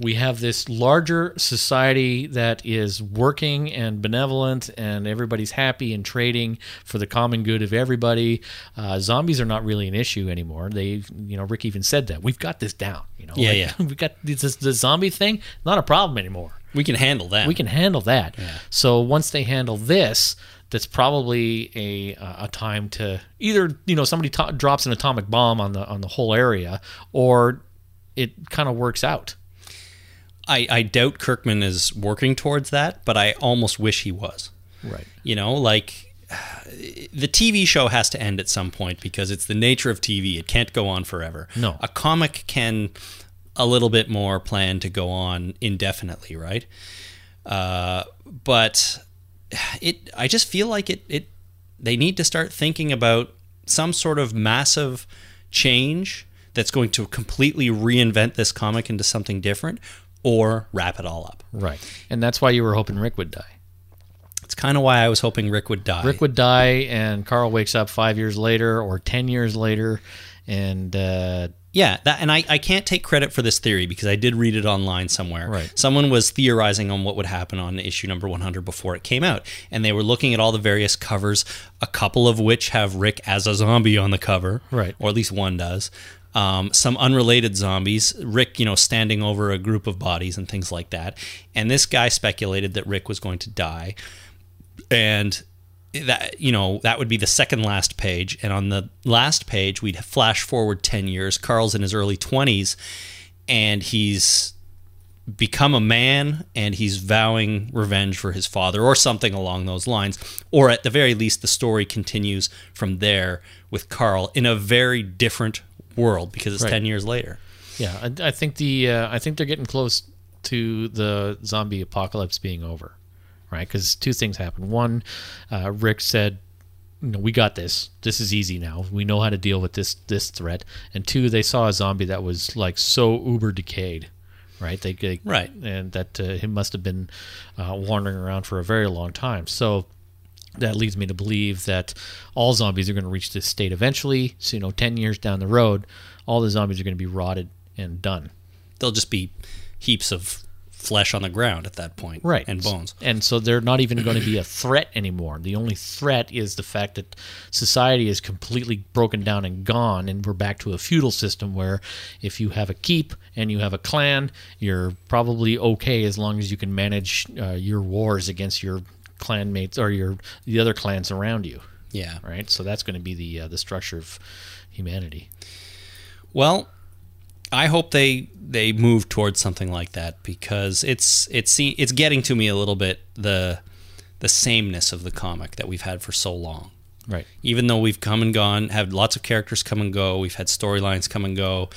[SPEAKER 3] We have this larger society that is working and benevolent, and everybody's happy and trading for the common good of everybody. Uh, zombies are not really an issue anymore. They, you know, Rick even said that we've got this down. You know,
[SPEAKER 2] Yeah, yeah.
[SPEAKER 3] we got this, this the zombie thing not a problem anymore.
[SPEAKER 2] We can handle that.
[SPEAKER 3] We can handle that. So once they handle this, that's probably a uh, a time to either you know somebody to- drops an atomic bomb on the on the whole area, or it kind of works out.
[SPEAKER 2] I, I doubt Kirkman is working towards that, but I almost wish he was.
[SPEAKER 3] Right.
[SPEAKER 2] You know, like the TV show has to end at some point because it's the nature of TV. It can't go on forever.
[SPEAKER 3] No.
[SPEAKER 2] A comic can a little bit more planned to go on indefinitely, right? Uh, but it, I just feel like it, it, they need to start thinking about some sort of massive change that's going to completely reinvent this comic into something different or wrap it all up.
[SPEAKER 3] Right. And that's why you were hoping Rick would die.
[SPEAKER 2] It's kind of why I was hoping Rick would die.
[SPEAKER 3] Rick would die, and Carl wakes up five years later or 10 years later, and uh,
[SPEAKER 2] Yeah, that, and I, I can't take credit for this theory because I did read it online somewhere.
[SPEAKER 3] Right.
[SPEAKER 2] Someone was theorizing on what would happen on issue number 100 before it came out, and they were looking at all the various covers, a couple of which have Rick as a zombie on the cover,
[SPEAKER 3] Right.
[SPEAKER 2] Or at least one does. Um, some unrelated zombies, Rick, you know, standing over a group of bodies and things like that. And this guy speculated that Rick was going to die, and that you know that would be the second last page and on the last page we'd flash forward 10 years carl's in his early 20s and he's become a man and he's vowing revenge for his father or something along those lines or at the very least the story continues from there with carl in a very different world because it's
[SPEAKER 3] Right.
[SPEAKER 2] 10 years later
[SPEAKER 3] yeah, I, I think the uh, I think they're getting close to the zombie apocalypse being over, right? Because two things happened. One, uh, Rick said, "No, we got this. This is easy now. We know how to deal with this this threat." And two, they saw a zombie that was like so uber decayed, right? They, they
[SPEAKER 2] Right.
[SPEAKER 3] and that uh, he must have been uh, wandering around for a very long time. So that leads me to believe that all zombies are going to reach this state eventually. So, you know, 10 years down the road, all the zombies are going to be rotted and done.
[SPEAKER 2] they'll just be heaps of flesh on the ground at that point and bones
[SPEAKER 3] And so they're not even going to be a threat anymore. The only threat is the fact that society is completely broken down and gone, and we're back to a feudal system where if you have a keep and you have a clan, you're probably okay as long as you can manage uh, your wars against your clan mates or your the other clans around you.
[SPEAKER 2] yeah
[SPEAKER 3] right? So that's going to be the uh, the structure of humanity.
[SPEAKER 2] Well, I hope they they move towards something like that because it's it's se- it's getting to me a little bit the the sameness of the comic that we've had for so long.
[SPEAKER 3] Right.
[SPEAKER 2] Even though we've come and gone, had lots of characters come and go, we've had storylines come and go,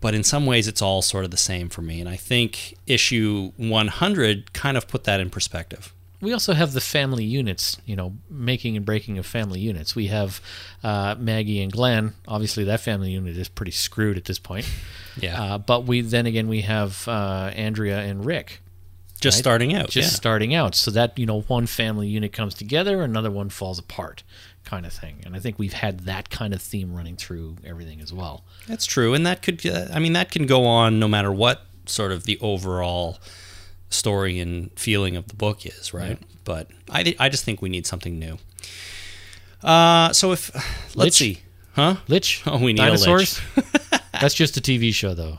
[SPEAKER 2] but in some ways it's all sort of the same for me. And I think issue 100 kind of put that in perspective.
[SPEAKER 3] We also have the family units, you know, making and breaking of family units. We have uh, Maggie and Glenn. Obviously, that family unit is pretty screwed at this point.
[SPEAKER 2] Yeah,
[SPEAKER 3] Uh, but we then again we have uh, Andrea and Rick,
[SPEAKER 2] just starting out.
[SPEAKER 3] just
[SPEAKER 2] yeah.
[SPEAKER 3] starting out. So that, you know, one family unit comes together, another one falls apart kind of thing. And I think we've had that kind of theme running through everything as well.
[SPEAKER 2] That's true, and that could uh, I mean that can go on no matter what sort of the overall story and feeling of the book is, right? But I thi- I just think we need something new. Uh, so if let's
[SPEAKER 3] Lich?
[SPEAKER 2] see, huh?
[SPEAKER 3] Lich?
[SPEAKER 2] Oh, we need a lich.
[SPEAKER 3] Dinosaurs? That's just a TV show though.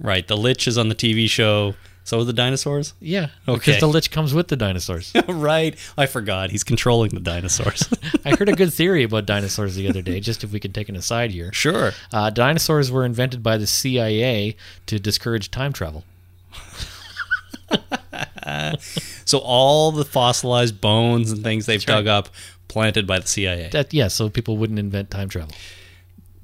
[SPEAKER 2] Right, the lich is on the TV show. So are the dinosaurs.
[SPEAKER 3] Yeah.
[SPEAKER 2] Okay.
[SPEAKER 3] Because the lich comes with the dinosaurs.
[SPEAKER 2] right, I forgot he's controlling the dinosaurs.
[SPEAKER 3] I heard a good theory about dinosaurs the other day, just if we can take an aside here.
[SPEAKER 2] sure.
[SPEAKER 3] Uh, dinosaurs were invented by the CIA to discourage time travel.
[SPEAKER 2] So all the fossilized bones and things they've dug up planted by the CIA
[SPEAKER 3] That yeah, so people wouldn't invent time travel.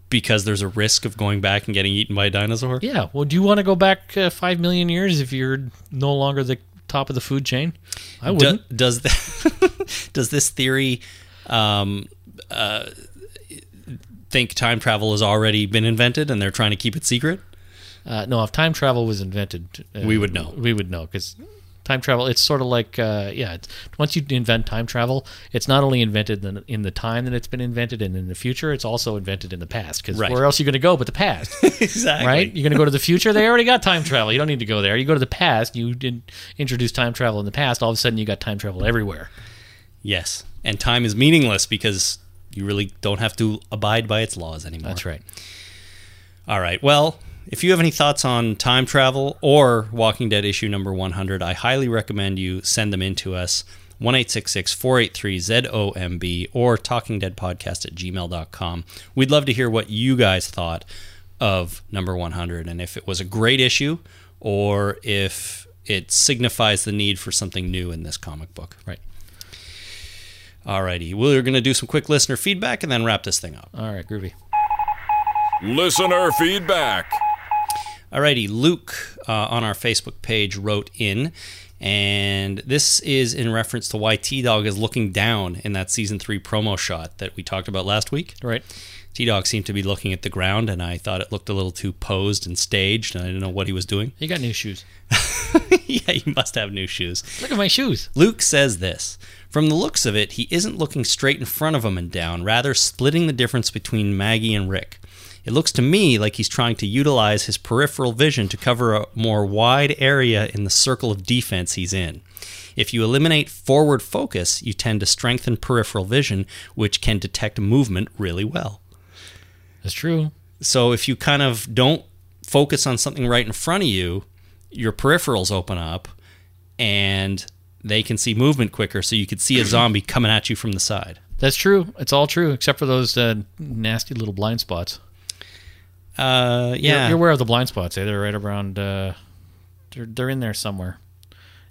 [SPEAKER 2] because there's a risk of going back and getting eaten by a dinosaur.
[SPEAKER 3] Yeah. Well, do you want to go back uh, five million years if you're no longer the top of the food chain? I
[SPEAKER 2] Do-
[SPEAKER 3] wouldn't.
[SPEAKER 2] does that, does this theory um, uh, think time travel has already been invented and they're trying to keep it secret?
[SPEAKER 3] Uh, no, if time travel was invented, uh,
[SPEAKER 2] We would know.
[SPEAKER 3] We would know because time travel. It's sort of like uh, yeah. It's, once you invent time travel, it's not only invented in, in the time that it's been invented and in the future. It's also invented in the past because
[SPEAKER 2] Right.
[SPEAKER 3] where else are you going to go but the past,
[SPEAKER 2] Exactly.
[SPEAKER 3] right? You're going to go to the future. They already got time travel. You don't need to go there. You go to the past. You did introduce time travel in the past. All of a sudden, you got time travel everywhere.
[SPEAKER 2] Yes. And time is meaningless because you really don't have to abide by its laws anymore.
[SPEAKER 3] That's right.
[SPEAKER 2] All right. Well, if you have any thoughts on time travel or Walking Dead issue number 100, I highly recommend you send them in to us. 1 483 ZOMB or talkingdeadpodcast at gmail.com. We'd love to hear what you guys thought of number 100 and if it was a great issue or if it signifies the need for something new in this comic book.
[SPEAKER 3] Right.
[SPEAKER 2] Alrighty, we're going to do some quick listener feedback and then wrap this thing up.
[SPEAKER 3] All right. Groovy.
[SPEAKER 1] Listener feedback.
[SPEAKER 2] Alrighty, Luke uh, on our Facebook page wrote in, and this is in reference to why T Dog is looking down in that season three promo shot that we talked about last week.
[SPEAKER 3] Right.
[SPEAKER 2] T Dog seemed to be looking at the ground, and I thought it looked a little too posed and staged, and I didn't know what he was doing.
[SPEAKER 3] You got new shoes.
[SPEAKER 2] yeah, he must have new shoes.
[SPEAKER 3] Look at my shoes.
[SPEAKER 2] Luke says this From the looks of it, he isn't looking straight in front of him and down, rather, splitting the difference between Maggie and Rick. It looks to me like he's trying to utilize his peripheral vision to cover a more wide area in the circle of defense he's in. If you eliminate forward focus, you tend to strengthen peripheral vision, which can detect movement really well.
[SPEAKER 3] That's true.
[SPEAKER 2] So if you kind of don't focus on something right in front of you, your peripherals open up and they can see movement quicker. So you could see a zombie coming at you from the side.
[SPEAKER 3] That's true. It's all true except for those uh, nasty little blind spots.
[SPEAKER 2] Uh,
[SPEAKER 3] You're-
[SPEAKER 2] yeah.
[SPEAKER 3] You're, aware of the blind spots. Eh? They're right around. Uh, they're they're in there somewhere.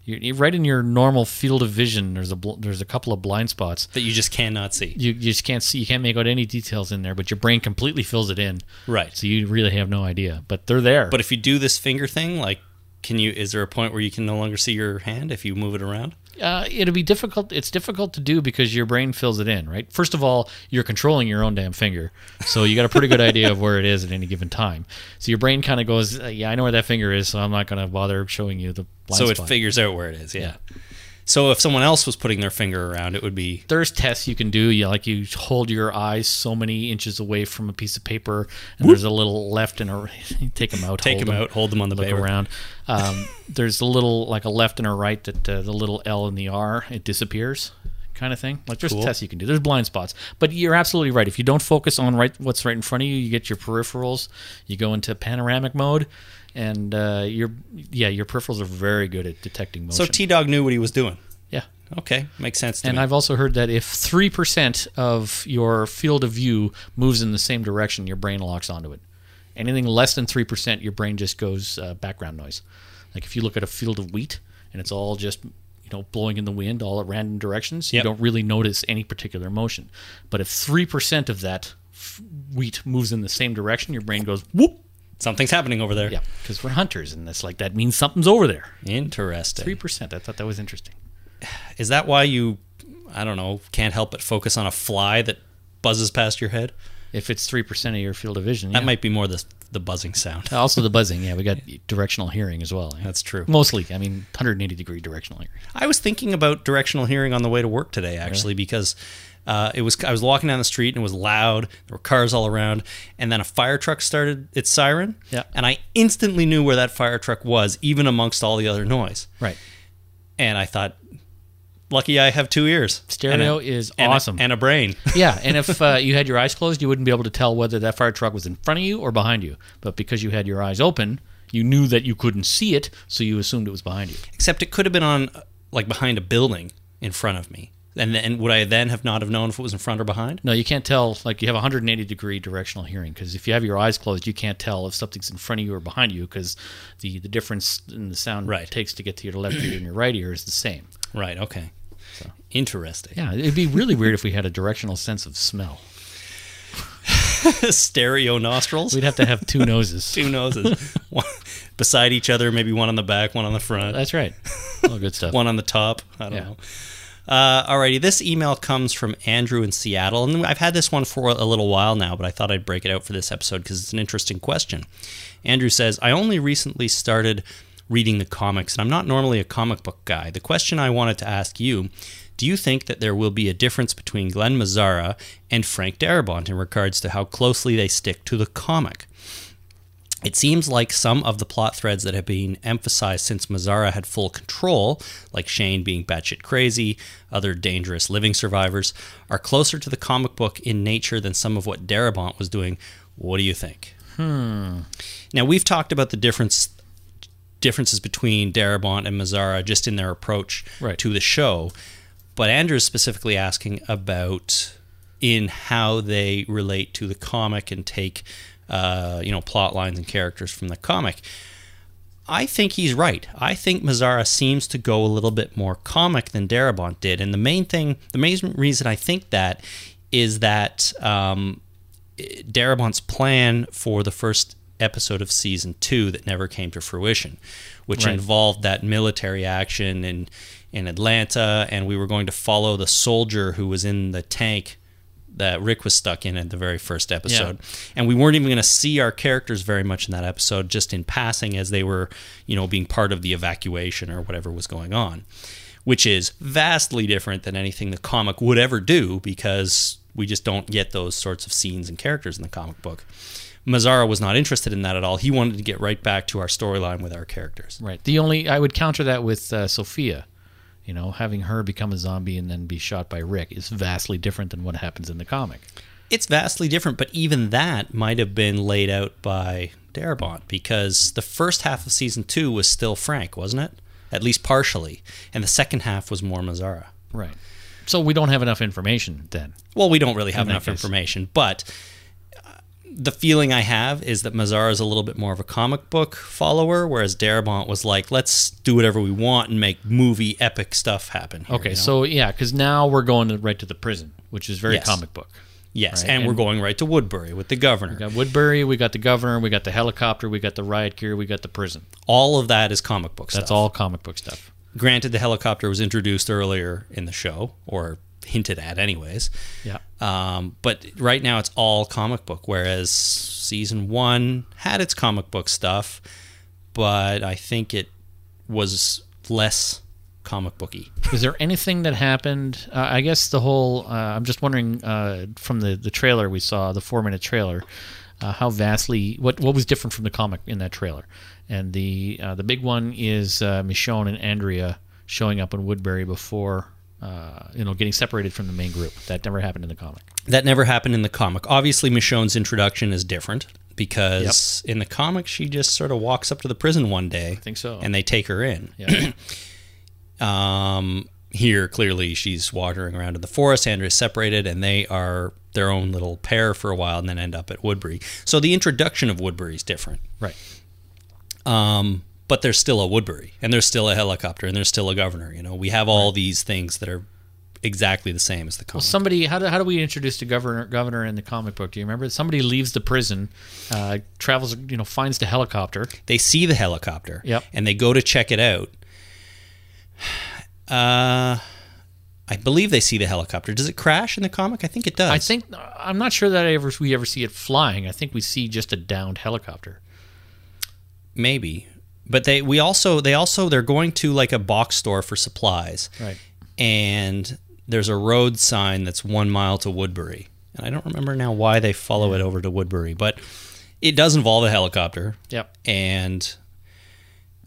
[SPEAKER 3] You, you right in your normal field of vision. There's a bl- there's a couple of blind spots.
[SPEAKER 2] that you just cannot see.
[SPEAKER 3] You, you just can't see. You can't make out any details in there, but your brain completely fills it in.
[SPEAKER 2] Right.
[SPEAKER 3] So you really have no idea. But they're there.
[SPEAKER 2] But if you do this finger thing, like, can you? Is there a point where you can no longer see your hand if you move it around?
[SPEAKER 3] uh, it'll be difficult. It's difficult to do because your brain fills it in, right? First of all, you're controlling your own damn finger, so you got a pretty good idea of where it is at any given time. So your brain kind of goes, uh, "Yeah, I know where that finger is, so I'm not going to bother showing you the blind
[SPEAKER 2] so
[SPEAKER 3] spot."
[SPEAKER 2] it figures out where it is. Yeah. So if someone else was putting their finger around, it would be
[SPEAKER 3] There's tests you can do. You like you hold your eyes so many inches away from a piece of paper, and there's a little left and a right. take them out.
[SPEAKER 2] take
[SPEAKER 3] hold
[SPEAKER 2] them out, hold them on the
[SPEAKER 3] look
[SPEAKER 2] bay.
[SPEAKER 3] around. Um, there's a little like a left and a right that uh, the little L and the R it disappears, kind of thing. Like there's tests you can do. There's blind spots, but you're absolutely right. If you don't focus on right what's right in front of you, you get your peripherals. You go into panoramic mode, and uh, your yeah your peripherals are very good at detecting
[SPEAKER 2] So
[SPEAKER 3] motion.
[SPEAKER 2] T Dog knew what he was doing.
[SPEAKER 3] yeah.
[SPEAKER 2] Okay, makes sense to
[SPEAKER 3] And
[SPEAKER 2] me.
[SPEAKER 3] I've also heard that if 3% of your field of view moves in the same direction, your brain locks onto it. Anything less than 3%, your brain just goes uh, background noise. Like if you look at a field of wheat and it's all just you know blowing in the wind all at random directions,
[SPEAKER 2] Yep.
[SPEAKER 3] you don't really notice any particular motion. But if 3% of that f- wheat moves in the same direction, your brain goes whoop.
[SPEAKER 2] Something's happening over there.
[SPEAKER 3] Yeah, because we're hunters and that's like that means something's over there.
[SPEAKER 2] Interesting.
[SPEAKER 3] 3%. I thought that was interesting.
[SPEAKER 2] Is that why you, I don't know, can't help but focus on a fly that buzzes past your head?
[SPEAKER 3] If it's 3% of your field of vision,
[SPEAKER 2] That
[SPEAKER 3] yeah.
[SPEAKER 2] might be more the the buzzing sound.
[SPEAKER 3] also the buzzing yeah we got directional hearing as well
[SPEAKER 2] That's true.
[SPEAKER 3] mostly i mean 180 degree directional hearing
[SPEAKER 2] I was thinking about directional hearing on the way to work today, actually, because uh, it was I was walking down the street and it was loud. There were cars all around, and then a fire truck started its siren.
[SPEAKER 3] Yeah.
[SPEAKER 2] and I instantly knew where that fire truck was, even amongst all the other noise.
[SPEAKER 3] right
[SPEAKER 2] And I thought, lucky I have two ears.
[SPEAKER 3] Stereo
[SPEAKER 2] And
[SPEAKER 3] is
[SPEAKER 2] and
[SPEAKER 3] awesome.
[SPEAKER 2] and a brain.
[SPEAKER 3] yeah and if uh, you had your eyes closed you wouldn't be able to tell whether that fire truck was in front of you or behind you but because you had your eyes open you knew that you couldn't see it so you assumed it was behind you
[SPEAKER 2] Except it could have been on uh, like behind a building in front of me, and then would I then have not have known if it was in front or behind?
[SPEAKER 3] no you can't tell like you have 180 degree directional hearing because if you have your eyes closed you can't tell if something's in front of you or behind you because the, the difference in the sound
[SPEAKER 2] Right.
[SPEAKER 3] it takes to get to your left ear and your right ear is the same
[SPEAKER 2] Right. Okay. Interesting.
[SPEAKER 3] yeah it'd be really weird if we had a directional sense of smell
[SPEAKER 2] Stereo nostrils.
[SPEAKER 3] We'd have to have two noses.
[SPEAKER 2] two noses one, beside each other, maybe one on the back, one on the front,
[SPEAKER 3] That's right. All good stuff.
[SPEAKER 2] one on the top. I don't
[SPEAKER 3] Yeah.
[SPEAKER 2] know. Uh, alrighty, this email comes from Andrew in Seattle, and I've had this one for a little while now, but I thought I'd break it out for this episode because it's an interesting question. Andrew says, "I only recently started reading the comics, and I'm not normally a comic book guy. The question I wanted to ask you." Do you think that there will be a difference between Glenn Mazzara and Frank Darabont in regards to how closely they stick to the comic? It seems like some of the plot threads that have been emphasized since Mazzara had full control, like Shane being batshit crazy, other dangerous living survivors, are closer to the comic book in nature than some of what Darabont was doing. What do you think? Hmm. Now we've talked about the difference differences between Darabont and Mazzara just in their approach
[SPEAKER 3] Right.
[SPEAKER 2] to the show, but Andrew's specifically asking about in how they relate to the comic and take uh, you know plot lines and characters from the comic. I think he's right. I think Mazzara seems to go a little bit more comic than Darabont did, and the main thing, the main reason I think that is that um, Darabont's plan for the first episode of season two that never came to fruition, which
[SPEAKER 3] Right.
[SPEAKER 2] involved that military action in in Atlanta, and we were going to follow the soldier who was in the tank that Rick was stuck in at the very first episode. And we weren't even going to see our characters very much in that episode, just in passing as they were, you know, being part of the evacuation or whatever was going on, which is vastly different than anything the comic would ever do because we just don't get those sorts of scenes and characters in the comic book. Mazzara was not interested in that at all. He wanted to get right back to our storyline with our characters.
[SPEAKER 3] Right. The only I would counter that with uh, Sophia. You know, having her become a zombie and then be shot by Rick is vastly different than what happens in the comic.
[SPEAKER 2] it's vastly different, but even that might have been laid out by Darabont because the first half of season two was still Frank, wasn't it? At least partially. And the second half was more Mazzara.
[SPEAKER 3] Right. So we don't have enough information then.
[SPEAKER 2] Well, we don't really have
[SPEAKER 3] In that
[SPEAKER 2] enough
[SPEAKER 3] case.
[SPEAKER 2] information, but uh, the feeling I have is that Mazzara is a little bit more of a comic book follower, whereas Darabont was like, let's do whatever we want and make movie epic stuff happen. here,"
[SPEAKER 3] Okay.
[SPEAKER 2] you know?
[SPEAKER 3] So yeah, because now we're going to, right to the prison, which is very
[SPEAKER 2] Yes.
[SPEAKER 3] comic book.
[SPEAKER 2] yes,
[SPEAKER 3] right,
[SPEAKER 2] and, we're
[SPEAKER 3] and-
[SPEAKER 2] going right to Woodbury with the governor.
[SPEAKER 3] We got Woodbury, we got the governor, we got the helicopter, we got the riot gear, we got the prison.
[SPEAKER 2] All of that is comic book stuff.
[SPEAKER 3] That's all comic book stuff.
[SPEAKER 2] granted the helicopter was introduced earlier in the show or hinted at anyways
[SPEAKER 3] Yeah.
[SPEAKER 2] um, but right now it's all comic book whereas season one had its comic book stuff but i think it was less comic booky
[SPEAKER 3] Is there anything that happened? Uh, I guess the whole. Uh, I'm just wondering uh, from the the trailer we saw, the four minute trailer, uh, how vastly what what was different from the comic in that trailer. And the uh, the big one is uh, Michonne and Andrea showing up in Woodbury before. Uh, you know, getting separated from the main group. That never happened in the comic.
[SPEAKER 2] that never happened in the comic obviously michonne's introduction is different because in the comic she just sort of walks up to the prison one day
[SPEAKER 3] think so.
[SPEAKER 2] and they take her in
[SPEAKER 3] Yeah.
[SPEAKER 2] Um, here, clearly, she's wandering around in the forest. Andrea's separated, and they are their own little pair for a while, and then end up at Woodbury. So the introduction of Woodbury is different,
[SPEAKER 3] right.
[SPEAKER 2] um, but there's still a Woodbury, and there's still a helicopter, and there's still a governor. You know, we have all these things that are exactly the same as the comic.
[SPEAKER 3] Somebody, how do, how do we introduce the governor governor in the comic book? Do you remember? Somebody leaves the prison, uh, travels, you know, finds the helicopter.
[SPEAKER 2] they see the helicopter
[SPEAKER 3] Yep.
[SPEAKER 2] and they go to check it out. Uh, I believe they see the helicopter. Does it crash in the comic? I think it does.
[SPEAKER 3] I think I'm not sure that I ever we ever see it flying. I think we see just a downed helicopter.
[SPEAKER 2] maybe but they we also they also they're going to like a box store for supplies
[SPEAKER 3] Right.
[SPEAKER 2] and there's a road sign that's one mile to woodbury and i don't remember now why they follow it over to woodbury but it does involve a helicopter
[SPEAKER 3] Yep.
[SPEAKER 2] and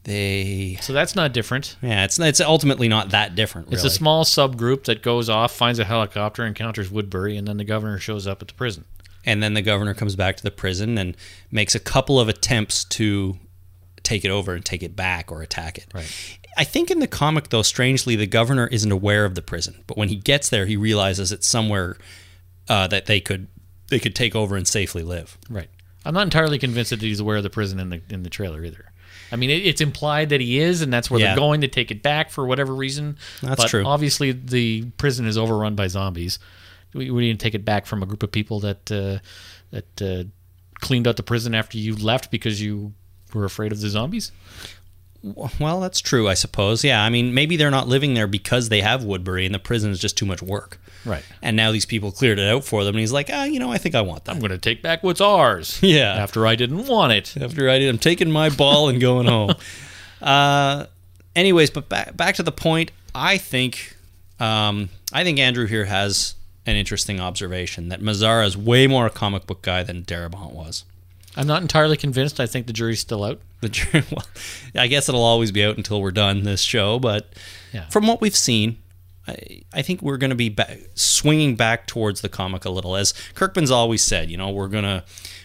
[SPEAKER 2] they
[SPEAKER 3] So that's not different.
[SPEAKER 2] yeah it's it's ultimately not that different really.
[SPEAKER 3] It's a small subgroup that goes off, finds a helicopter, encounters Woodbury, and then the governor shows up at the prison.
[SPEAKER 2] and then the governor comes back to the prison and makes a couple of attempts to take it over and take it back or attack it.
[SPEAKER 3] Right.
[SPEAKER 2] I think in the comic though strangely the governor isn't aware of the prison, but when he gets there he realizes it's somewhere uh, that they could they could take over and safely live.
[SPEAKER 3] Right. I'm not entirely convinced that he's aware of the prison in the in the trailer either. I mean, it, it's implied that he is, and that's where
[SPEAKER 2] Yeah.
[SPEAKER 3] they're going to take it back for whatever reason.
[SPEAKER 2] That's
[SPEAKER 3] but
[SPEAKER 2] true.
[SPEAKER 3] Obviously, the prison is overrun by zombies. We, we didn't take it back from a group of people that uh, that uh, cleaned out the prison after you left because you were afraid of the zombies.
[SPEAKER 2] W- Well, that's true, I suppose. Yeah, I mean maybe they're not living there because they have Woodbury and the prison is just too much work.
[SPEAKER 3] Right.
[SPEAKER 2] And now these people cleared it out for them and he's like, "Ah, you know, I think I want that."
[SPEAKER 3] I'm going to take back what's ours.
[SPEAKER 2] Yeah.
[SPEAKER 3] After I didn't want it.
[SPEAKER 2] after I did. I'm taking my ball and going home. Uh, anyways, but back back to the point. I think um, I think Andrew here has an interesting observation that Mazzara is way more a comic book guy than Darabont was.
[SPEAKER 3] I'm not entirely convinced. I think the jury's still out.
[SPEAKER 2] The jury, well, I guess it'll always be out until we're done this show, but
[SPEAKER 3] Yeah.
[SPEAKER 2] from what we've seen. I- I think we're going to be ba swinging back towards the comic a little, as Kirkman's always said. You know, we're gonna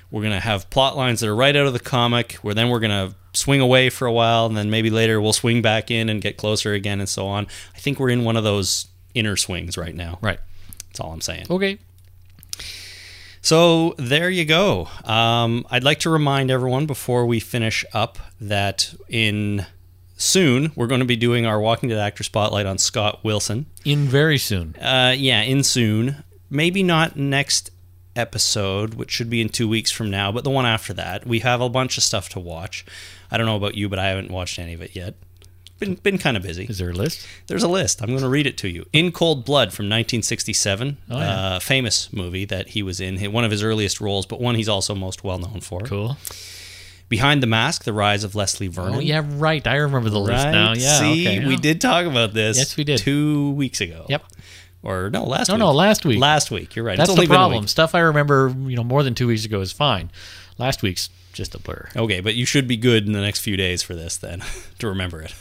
[SPEAKER 2] we're gonna have plot lines that are right out of the comic, where then we're gonna swing away for a while, and then maybe later we'll swing back in and get closer again, and so on. I think we're in one of those inner swings right now.
[SPEAKER 3] Right.
[SPEAKER 2] That's all I'm saying.
[SPEAKER 3] Okay.
[SPEAKER 2] So there you go. Um, I'd like to remind everyone before we finish up that in soon we're going to be doing our Walking Dead actor spotlight on Scott Wilson.
[SPEAKER 3] In very soon.
[SPEAKER 2] Uh, yeah, in soon. Maybe not next episode, which should be in two weeks from now, but the one after that, we have a bunch of stuff to watch. I don't know about you, but I haven't watched any of it yet. Been been kind of busy.
[SPEAKER 3] Is there a list?
[SPEAKER 2] There's a list. I'm going to read it to you. In Cold Blood from 1967,
[SPEAKER 3] Oh, yeah.
[SPEAKER 2] uh, famous movie that he was in, one of his earliest roles, but one he's also most well known for.
[SPEAKER 3] Cool.
[SPEAKER 2] Behind the Mask: The Rise of Leslie Vernon.
[SPEAKER 3] Oh yeah, right. I remember the list
[SPEAKER 2] Right?
[SPEAKER 3] now. Yeah.
[SPEAKER 2] See,
[SPEAKER 3] okay.
[SPEAKER 2] we
[SPEAKER 3] Yeah.
[SPEAKER 2] did talk about this.
[SPEAKER 3] Yes, we did.
[SPEAKER 2] Two weeks ago.
[SPEAKER 3] Yep.
[SPEAKER 2] Or no, last
[SPEAKER 3] No,
[SPEAKER 2] week.
[SPEAKER 3] no, last week.
[SPEAKER 2] Last week. You're right.
[SPEAKER 3] That's
[SPEAKER 2] it's
[SPEAKER 3] the
[SPEAKER 2] only been a
[SPEAKER 3] problem.
[SPEAKER 2] week.
[SPEAKER 3] Stuff I remember, you know, more than two weeks ago is fine. Last week's just a blur.
[SPEAKER 2] Okay, but you should be good in the next few days for this then to remember it.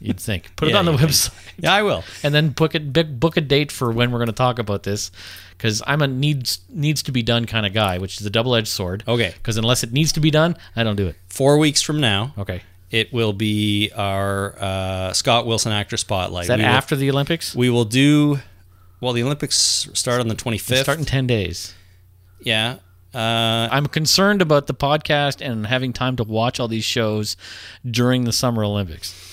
[SPEAKER 3] You'd think. Put
[SPEAKER 2] Yeah,
[SPEAKER 3] it on the
[SPEAKER 2] you think.
[SPEAKER 3] website.
[SPEAKER 2] Yeah, I will.
[SPEAKER 3] and then book it book- book a date for when we're going to talk about this because i'm a needs needs to be done kind of guy which is a double-edged sword
[SPEAKER 2] Okay.
[SPEAKER 3] because unless it needs to be done i don't do it
[SPEAKER 2] Four weeks from now,
[SPEAKER 3] okay
[SPEAKER 2] it will be our uh, Scott Wilson actor spotlight.
[SPEAKER 3] is that
[SPEAKER 2] we
[SPEAKER 3] after the olympics
[SPEAKER 2] Will, we will do. Well, the Olympics start on the 25th.
[SPEAKER 3] start in 10 days
[SPEAKER 2] yeah. Uh,
[SPEAKER 3] i'm concerned about the podcast and having time to watch all these shows during the summer olympics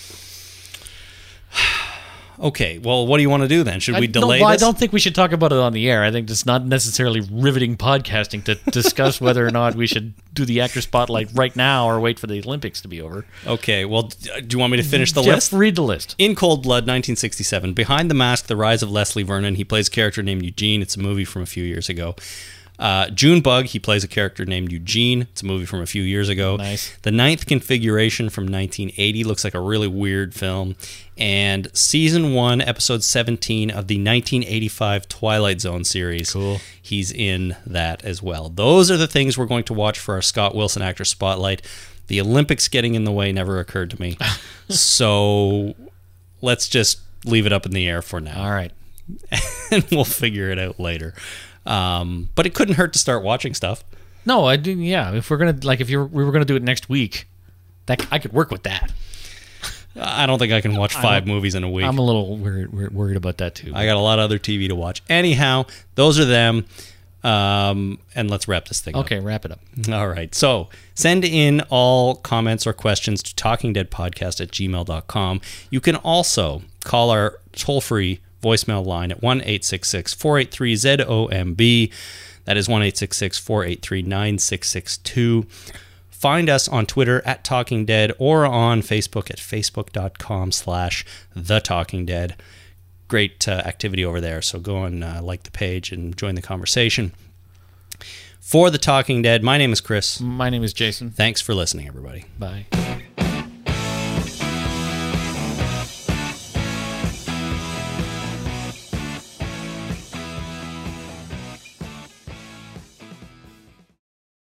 [SPEAKER 2] okay. Well, what do you want to do then? Should we
[SPEAKER 3] I,
[SPEAKER 2] delay
[SPEAKER 3] no, well,
[SPEAKER 2] this?
[SPEAKER 3] i don't think we should talk about it on the air i think it's not necessarily riveting podcasting to discuss whether or not we should do the actor spotlight right now or wait for the olympics to be over
[SPEAKER 2] Okay. Well, d- uh, do you want me to finish the
[SPEAKER 3] Jeff,
[SPEAKER 2] list?
[SPEAKER 3] read the list
[SPEAKER 2] In Cold Blood, 1967. Behind the Mask, The Rise of Leslie Vernon. He plays a character named Eugene. It's a movie from a few years ago. Uh, June Bug, he plays a character named Eugene. It's a movie from a few years ago.
[SPEAKER 3] Nice.
[SPEAKER 2] The Ninth Configuration from 1980 looks like a really weird film. And Season 1, Episode 17 of the 1985 Twilight Zone series.
[SPEAKER 3] Cool.
[SPEAKER 2] He's in that as well. Those are the things we're going to watch for our Scott Wilson actor spotlight. The Olympics getting in the way never occurred to me. so let's just leave it up in the air for now
[SPEAKER 3] all right
[SPEAKER 2] and we'll figure it out later. Um, but it couldn't hurt to start watching stuff.
[SPEAKER 3] No, I do. Yeah, if we're gonna like, if you we were gonna do it next week, that I could work with that.
[SPEAKER 2] I don't think I can watch 5 movies in a week.
[SPEAKER 3] I'm a little worried, wor- worried about that too.
[SPEAKER 2] I got a lot of other TV to watch. Anyhow, those are them. Um, and let's wrap this thing up.
[SPEAKER 3] okay, wrap it up.
[SPEAKER 2] All right. So send in all comments or questions to talkingdeadpodcast at gmail.com. You can also call our toll free voicemail line at 1 483 ZOMB. That is 1 483 9662. Find us on Twitter at Talking Dead or on Facebook at facebook.com slash the Talking Dead. Great uh, activity over there. So go and uh, like the page and join the conversation. For The Talking Dead, my name is Chris.
[SPEAKER 3] My name is Jason.
[SPEAKER 2] Thanks for listening, everybody.
[SPEAKER 3] Bye.